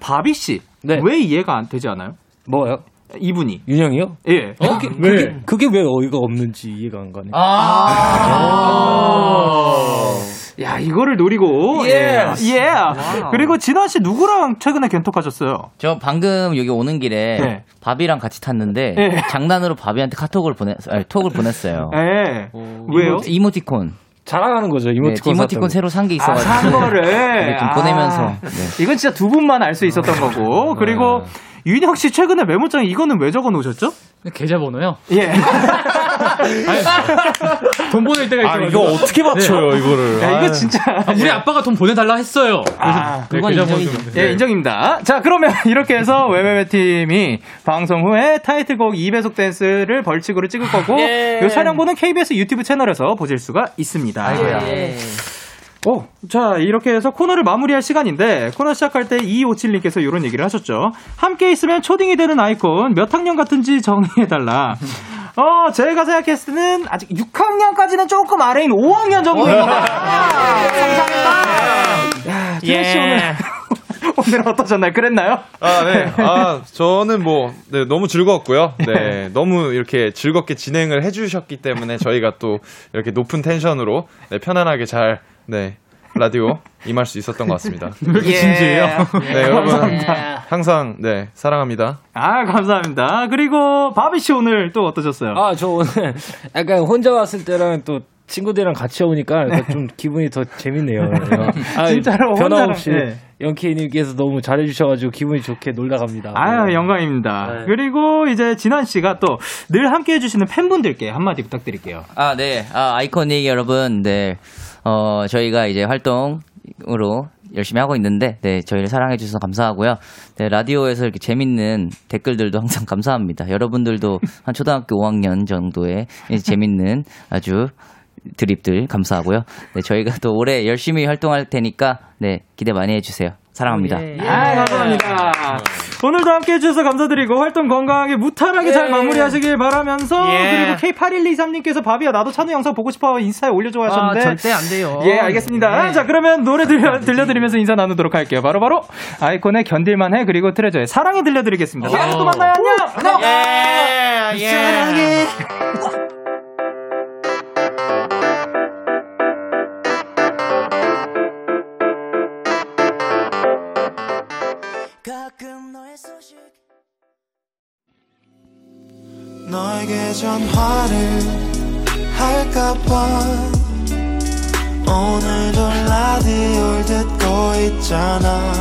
[SPEAKER 2] 바비 씨, 왜 이해가 안 되지 않아요?
[SPEAKER 6] 뭐요?
[SPEAKER 2] 이분이
[SPEAKER 6] 윤영이요?
[SPEAKER 2] 예.
[SPEAKER 6] 어? 그게, 그게, 그게 왜 어이가 없는지 이해가 안 가네.
[SPEAKER 14] 아,
[SPEAKER 2] 야, 이거를 노리고 예.
[SPEAKER 31] Yes.
[SPEAKER 2] 예.
[SPEAKER 31] 와우.
[SPEAKER 2] 그리고 진아 씨 누구랑 최근에 겐톡하셨어요?
[SPEAKER 31] 저 방금 여기 오는 길에
[SPEAKER 2] 네.
[SPEAKER 31] 밥이랑 같이 탔는데
[SPEAKER 2] 네.
[SPEAKER 31] 장난으로 밥이한테 카톡을 보내 아니, 톡을 보냈어요.
[SPEAKER 2] 예. 왜요?
[SPEAKER 31] 이모티, 콘 네,
[SPEAKER 6] 자랑하는 거죠.
[SPEAKER 31] 이모티콘, 새로 산 게 있어가지고.
[SPEAKER 2] 아, 산 거를
[SPEAKER 31] 이렇게
[SPEAKER 2] 아.
[SPEAKER 31] 보내면서 네,
[SPEAKER 2] 이건 진짜 두 분만 알 수 있었던 거고 그리고 윤혁 씨 최근에 메모장에 이거는 왜 적어 놓으셨죠?
[SPEAKER 14] 계좌번호요?
[SPEAKER 2] 예.
[SPEAKER 14] 돈 보낼 때가 있어요.
[SPEAKER 28] 아, 이거 어떻게 맞춰요, 이거를.
[SPEAKER 14] 야,
[SPEAKER 28] 아유.
[SPEAKER 14] 이거 진짜. 우리 아빠가 돈 보내달라 했어요.
[SPEAKER 2] 아,
[SPEAKER 14] 그래서
[SPEAKER 2] 그건
[SPEAKER 14] 계좌번호
[SPEAKER 2] 인정이죠.
[SPEAKER 14] 좀-
[SPEAKER 2] 예, 인정입니다. 자, 그러면 이렇게 해서 웨웨웨 팀이 방송 후에 타이틀곡 2배속 댄스를 벌칙으로 찍을 거고,
[SPEAKER 6] 예.
[SPEAKER 2] 이 촬영본은 KBS 유튜브 채널에서 보실 수가 있습니다.
[SPEAKER 8] 예.
[SPEAKER 2] 오, 어, 자, 이렇게 해서 코너를 마무리할 시간인데, 코너 시작할 때 257님께서 이런 얘기를 하셨죠. 함께 있으면 초딩이 되는 아이콘, 몇 학년 같은지 정리해달라. 어, 제가 생각했을 때는 아직 6학년까지는 조금 아래인 5학년 정도인 것 같아요. 예. 씨 오늘, 오늘 어떠셨나요? 그랬나요?
[SPEAKER 9] 아, 네. 아, 저는 뭐, 네, 너무 즐거웠고요. 네. 너무 이렇게 즐겁게 진행을 해주셨기 때문에 저희가 또 이렇게 높은 텐션으로, 네, 편안하게 잘, 네, 라디오 임할 수 있었던 것 같습니다.
[SPEAKER 2] 왜 이렇게 예. 진지해요?
[SPEAKER 9] 네,
[SPEAKER 2] 예.
[SPEAKER 9] 여러분.
[SPEAKER 2] 감사합니다.
[SPEAKER 9] 항상, 네, 사랑합니다.
[SPEAKER 2] 아, 감사합니다. 그리고 바비씨 오늘 또 어떠셨어요?
[SPEAKER 12] 아, 저 오늘 약간 혼자 왔을 때랑 또 친구들이랑 같이 오니까 약간 좀 기분이 더 재밌네요. 아,
[SPEAKER 2] 네. 진짜로 혼자랑,
[SPEAKER 12] 변함없이
[SPEAKER 2] 예.
[SPEAKER 12] 영케이님께서 너무 잘해주셔가지고 기분이 좋게 놀다 갑니다.
[SPEAKER 2] 아유, 네. 영광입니다. 그리고 이제 진환 씨가 또 늘 함께 해주시는 팬분들께 한마디 부탁드릴게요.
[SPEAKER 8] 아, 네. 아, 아이코닉 여러분, 네. 어, 저희가 이제 활동으로 열심히 하고 있는데, 네. 저희를 사랑해주셔서 감사하고요. 네. 라디오에서 이렇게 재밌는 댓글들도 항상 감사합니다. 여러분들도 한 초등학교 5학년 정도의 이 재밌는 아주 드립들 감사하고요. 네. 저희가 또 올해 열심히 활동할 테니까, 네. 기대 많이 해주세요. 사랑합니다.
[SPEAKER 6] 네.
[SPEAKER 2] 아, 감사합니다. 오늘도 함께 해주셔서 감사드리고 활동 건강하게 무탈하게
[SPEAKER 6] 예.
[SPEAKER 2] 잘 마무리하시길 바라면서
[SPEAKER 6] 예.
[SPEAKER 2] 그리고 K8123님께서 바비야 나도 찬우 영상 보고 싶어 인스타에 올려줘 하셨는데
[SPEAKER 6] 아, 절대 안 돼요.
[SPEAKER 2] 예 알겠습니다.
[SPEAKER 6] 네.
[SPEAKER 2] 자 그러면 노래 들려, 들려드리면서 인사 나누도록 할게요. 바로바로 아이콘의 견딜만해 그리고 트레저의 사랑이 들려드리겠습니다. 다음에 또 만나요.
[SPEAKER 6] 네.
[SPEAKER 2] 안녕. 안녕.
[SPEAKER 6] 예. 사랑해.
[SPEAKER 1] 너에게 전화를 할까봐 오늘도 라디오를 듣고 있잖아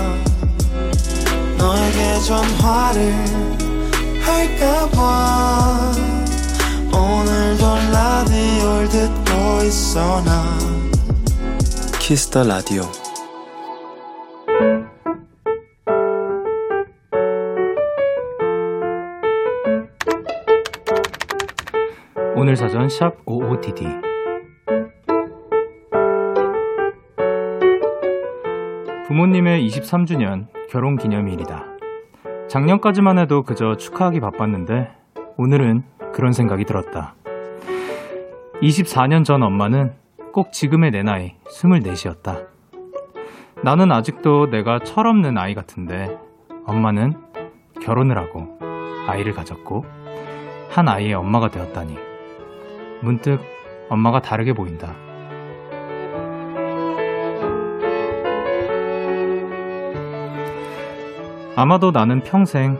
[SPEAKER 1] 너에게 전화를 할까봐 오늘도 라디오를 듣고 있어 나
[SPEAKER 32] 키스터 라디오
[SPEAKER 2] 오늘 사전 샵 OODD 부모님의 23주년 결혼 기념일이다. 작년까지만 해도 그저 축하하기 바빴는데 오늘은 그런 생각이 들었다. 24년 전 엄마는 꼭 지금의 내 나이 24이었다. 나는 아직도 내가 철없는 아이 같은데 엄마는 결혼을 하고 아이를 가졌고 한 아이의 엄마가 되었다니. 문득 엄마가 다르게 보인다. 아마도 나는 평생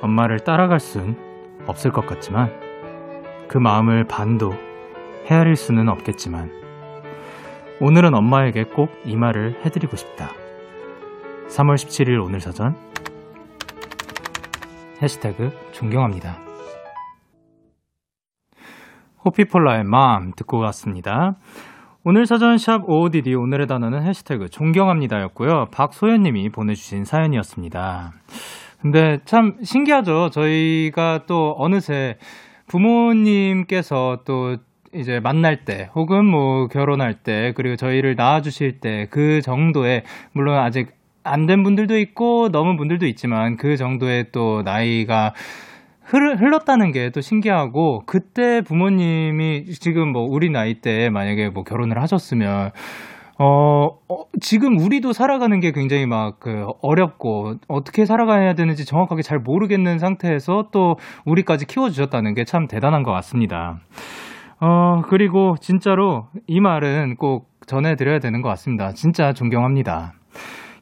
[SPEAKER 2] 엄마를 따라갈 순 없을 것 같지만 그 마음을 반도 헤아릴 수는 없겠지만 오늘은 엄마에게 꼭 이 말을 해드리고 싶다. 3월 17일 오늘 사전 해시태그 존경합니다. 호피폴라의 맘 듣고 왔습니다. 오늘 사전 샵 OODD 오늘의 단어는 해시태그 존경합니다였고요. 박소연님이 보내주신 사연이었습니다. 근데 참 신기하죠. 저희가 또 어느새 부모님께서 또 이제 만날 때 혹은 뭐 결혼할 때 그리고 저희를 낳아주실 때 그 정도의 물론 아직 안 된 분들도 있고 넘은 분들도 있지만 그 정도의 또 나이가 흘- 흘렀다는 게 또 신기하고 그때 부모님이 지금 뭐 우리 나이 때 만약에 뭐 결혼을 하셨으면 어, 어, 지금 우리도 살아가는 게 굉장히 막 그 어렵고 어떻게 살아가야 되는지 정확하게 잘 모르겠는 상태에서 또 우리까지 키워주셨다는 게 참 대단한 것 같습니다. 어, 그리고 진짜로 이 말은 꼭 전해드려야 되는 것 같습니다. 진짜 존경합니다.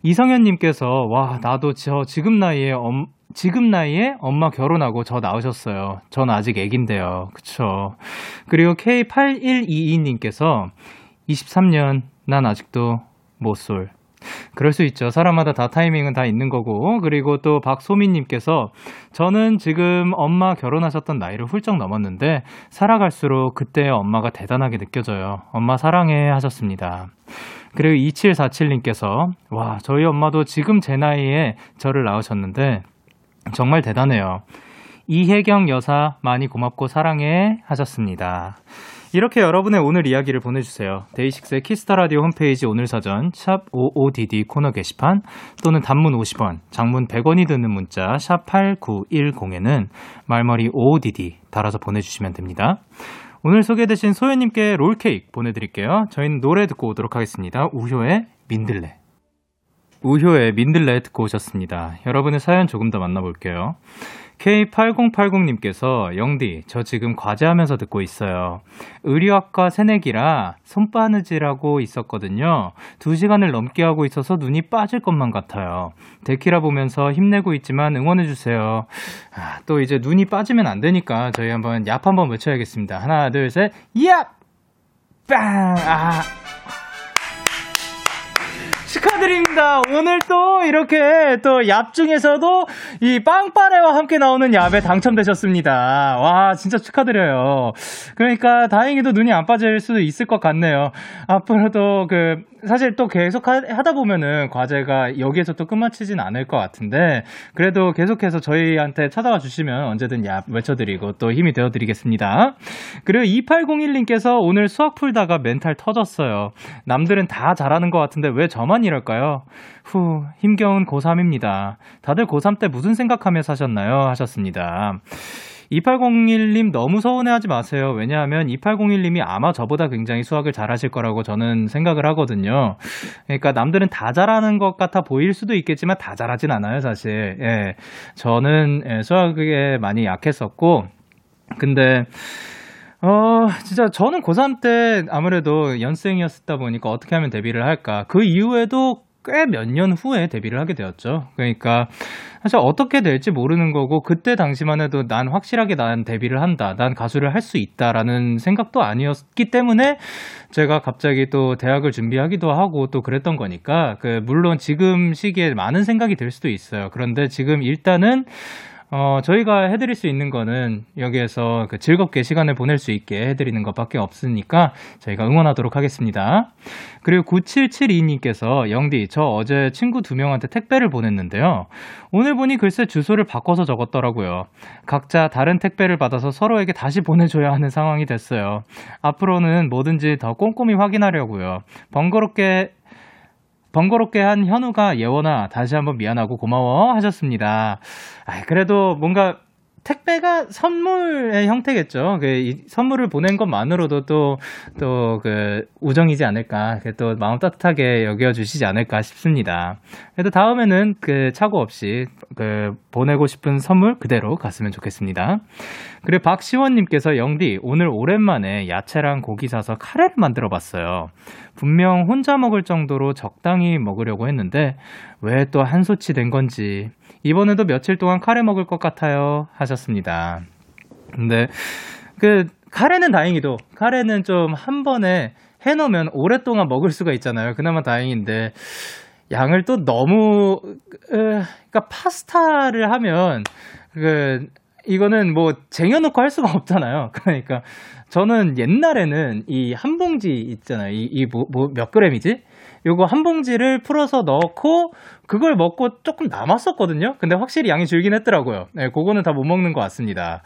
[SPEAKER 2] 이성현님께서 와 나도 저 지금 나이에 엄 지금 나이에 엄마 결혼하고 저 낳으셨어요. 전 아직 애긴데요. 그쵸. 그리고 K8122님께서 23년 난 아직도 못 쏠 그럴 수 있죠. 사람마다 다 타이밍은 다 있는 거고. 그리고 또 박소민님께서 저는 지금 엄마 결혼하셨던 나이를 훌쩍 넘었는데 살아갈수록 그때의 엄마가 대단하게 느껴져요. 엄마 사랑해 하셨습니다. 그리고 2747님께서 와 저희 엄마도 지금 제 나이에 저를 낳으셨는데 정말 대단해요. 이혜경 여사 많이 고맙고 사랑해 하셨습니다. 이렇게 여러분의 오늘 이야기를 보내주세요. 데이식스의 키스터 라디오 홈페이지 오늘 사전 샵 55DD 코너 게시판 또는 단문 50원, 장문 100원이 드는 문자 샵 8910에는 말머리 55DD 달아서 보내주시면 됩니다. 오늘 소개되신 소연님께 롤케이크 보내드릴게요. 저희는 노래 듣고 오도록 하겠습니다. 우효의 민들레. 우효의 민들레 듣고 오셨습니다. 여러분의 사연 조금 더 만나볼게요. K8080님께서 영디, 저 지금 과제하면서 듣고 있어요. 의류학과 새내기라 손바느질하고 있었거든요. 두 시간을 넘게 하고 있어서 눈이 빠질 것만 같아요. 데키라 보면서 힘내고 있지만 응원해주세요. 아, 또 이제 눈이 빠지면 안 되니까 저희 한번 얍 한번 외쳐야겠습니다. 하나, 둘, 셋, 얍! 빵! 아. 축하드립니다. 오늘 또 이렇게 또 얍 중에서도 이 빵빠레와 함께 나오는 얍에 당첨되셨습니다. 와, 진짜 축하드려요. 그러니까 다행히도 눈이 안 빠질 수도 있을 것 같네요. 앞으로도 그, 사실 또 계속 하, 하다 보면은 과제가 여기에서 또 끝마치진 않을 것 같은데 그래도 계속해서 저희한테 찾아와 주시면 언제든 얍 외쳐드리고 또 힘이 되어드리겠습니다. 그리고 2801님께서 오늘 수학 풀다가 멘탈 터졌어요. 남들은 다 잘하는 것 같은데 왜 저만 이럴까요? 후, 힘겨운 고3입니다. 다들 고3 때 무슨 생각하며 사셨나요? 하셨습니다. 2801님 너무 서운해하지 마세요. 왜냐하면 2801님이 아마 저보다 굉장히 수학을 잘하실 거라고 저는 생각을 하거든요. 그러니까 남들은 다 잘하는 것 같아 보일 수도 있겠지만 다 잘하진 않아요, 사실. 예. 저는 예, 수학에 많이 약했었고, 근데 어, 진짜 저는 고3 때 아무래도 연생이었다 보니까 어떻게 하면 데뷔를 할까. 그 이후에도 꽤 몇 년 후에 데뷔를 하게 되었죠. 그러니까 사실 어떻게 될지 모르는 거고 그때 당시만 해도 난 확실하게 난 데뷔를 한다. 난 가수를 할 수 있다라는 생각도 아니었기 때문에 제가 갑자기 또 대학을 준비하기도 하고 또 그랬던 거니까 그 물론 지금 시기에 많은 생각이 들 수도 있어요. 그런데 지금 일단은 어, 저희가 해드릴 수 있는 거는 여기에서 그 즐겁게 시간을 보낼 수 있게 해드리는 것밖에 없으니까 저희가 응원하도록 하겠습니다. 그리고 9772님께서 영디, 저 어제 친구 두 명한테 택배를 보냈는데요. 오늘 보니 글쎄 주소를 바꿔서 적었더라고요. 각자 다른 택배를 받아서 서로에게 다시 보내줘야 하는 상황이 됐어요. 앞으로는 뭐든지 더 꼼꼼히 확인하려고요. 번거롭게 번거롭게 한 현우가 예원아 다시 한번 미안하고 고마워 하셨습니다. 아 그래도 뭔가 택배가 선물의 형태겠죠. 그 이 선물을 보낸 것만으로도 또 또 그 우정이지 않을까, 그또 마음 따뜻하게 여겨 주시지 않을까 싶습니다. 그래도 다음에는 그 착오 없이 그 보내고 싶은 선물 그대로 갔으면 좋겠습니다. 그리고 박시원님께서 영디 오늘 오랜만에 야채랑 고기 사서 카레를 만들어봤어요. 분명 혼자 먹을 정도로 적당히 먹으려고 했는데 왜 또 한소치 된 건지 이번에도 며칠 동안 카레 먹을 것 같아요 하셨습니다. 근데 그 카레는 다행히도 카레는 좀 한 번에 해놓으면 오랫동안 먹을 수가 있잖아요. 그나마 다행인데 양을 또 너무 으, 그러니까 파스타를 하면 그 이거는 뭐 쟁여놓고 할 수가 없잖아요. 그러니까 저는 옛날에는 이 한 봉지 있잖아요. 이이뭐몇 그램이지? 요거 한 봉지를 풀어서 넣고 그걸 먹고 조금 남았었거든요. 근데 확실히 양이 줄긴 했더라고요. 네, 그거는 다 못 먹는 것 같습니다.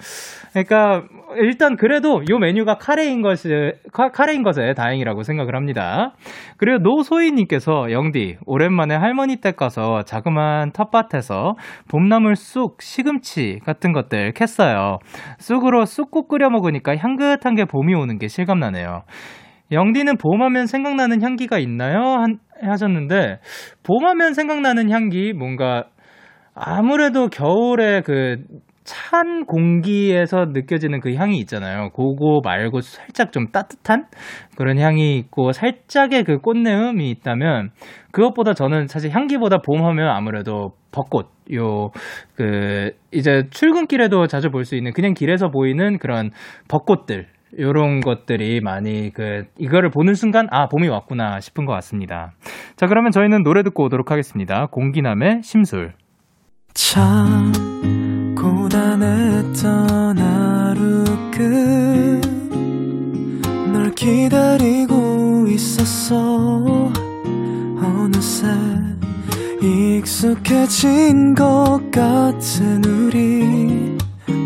[SPEAKER 2] 그러니까 일단 그래도 요 메뉴가 카레인 것이 카, 카레인 것에 다행이라고 생각을 합니다. 그리고 노소희님께서 영디 오랜만에 할머니 댁 가서 자그마한 텃밭에서 봄나물 쑥, 시금치 같은 것들 캤어요. 쑥으로 쑥국 끓여 먹으니까 향긋한 게 봄이 오는 게 실감나네요. 영디는 봄하면 생각나는 향기가 있나요? 한- 하셨는데 봄하면 생각나는 향기 뭔가 아무래도 겨울에 그 찬 공기에서 느껴지는 그 향이 있잖아요. 그거 말고 살짝 좀 따뜻한 그런 향이 있고 살짝의 그 꽃내음이 있다면 그것보다 저는 사실 향기보다 봄하면 아무래도 벚꽃 요 그 이제 출근길에도 자주 볼 수 있는 그냥 길에서 보이는 그런 벚꽃들 요런 것들이 많이 그 이거를 보는 순간 아 봄이 왔구나 싶은 것 같습니다. 자 그러면 저희는 노래 듣고 오도록 하겠습니다. 공기남의 심술.
[SPEAKER 15] 참 고단했던 하루 끝널 기다리고 있었어 어느새 익숙해진 것 같은 우리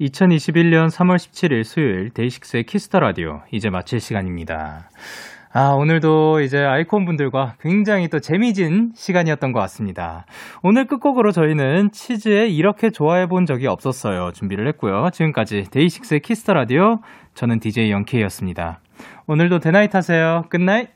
[SPEAKER 2] 2021년 3월 17일 수요일 데이식스의 키스터 라디오 이제 마칠 시간입니다. 아, 오늘도 이제 아이콘 분들과 굉장히 또 재미진 시간이었던 것 같습니다. 오늘 끝곡으로 저희는 치즈에 이렇게 좋아해 본 적이 없었어요. 준비를 했고요. 지금까지 데이식스의 키스터 라디오 저는 DJ 영케이였습니다. 오늘도 대나잇 하세요. 끝나잇!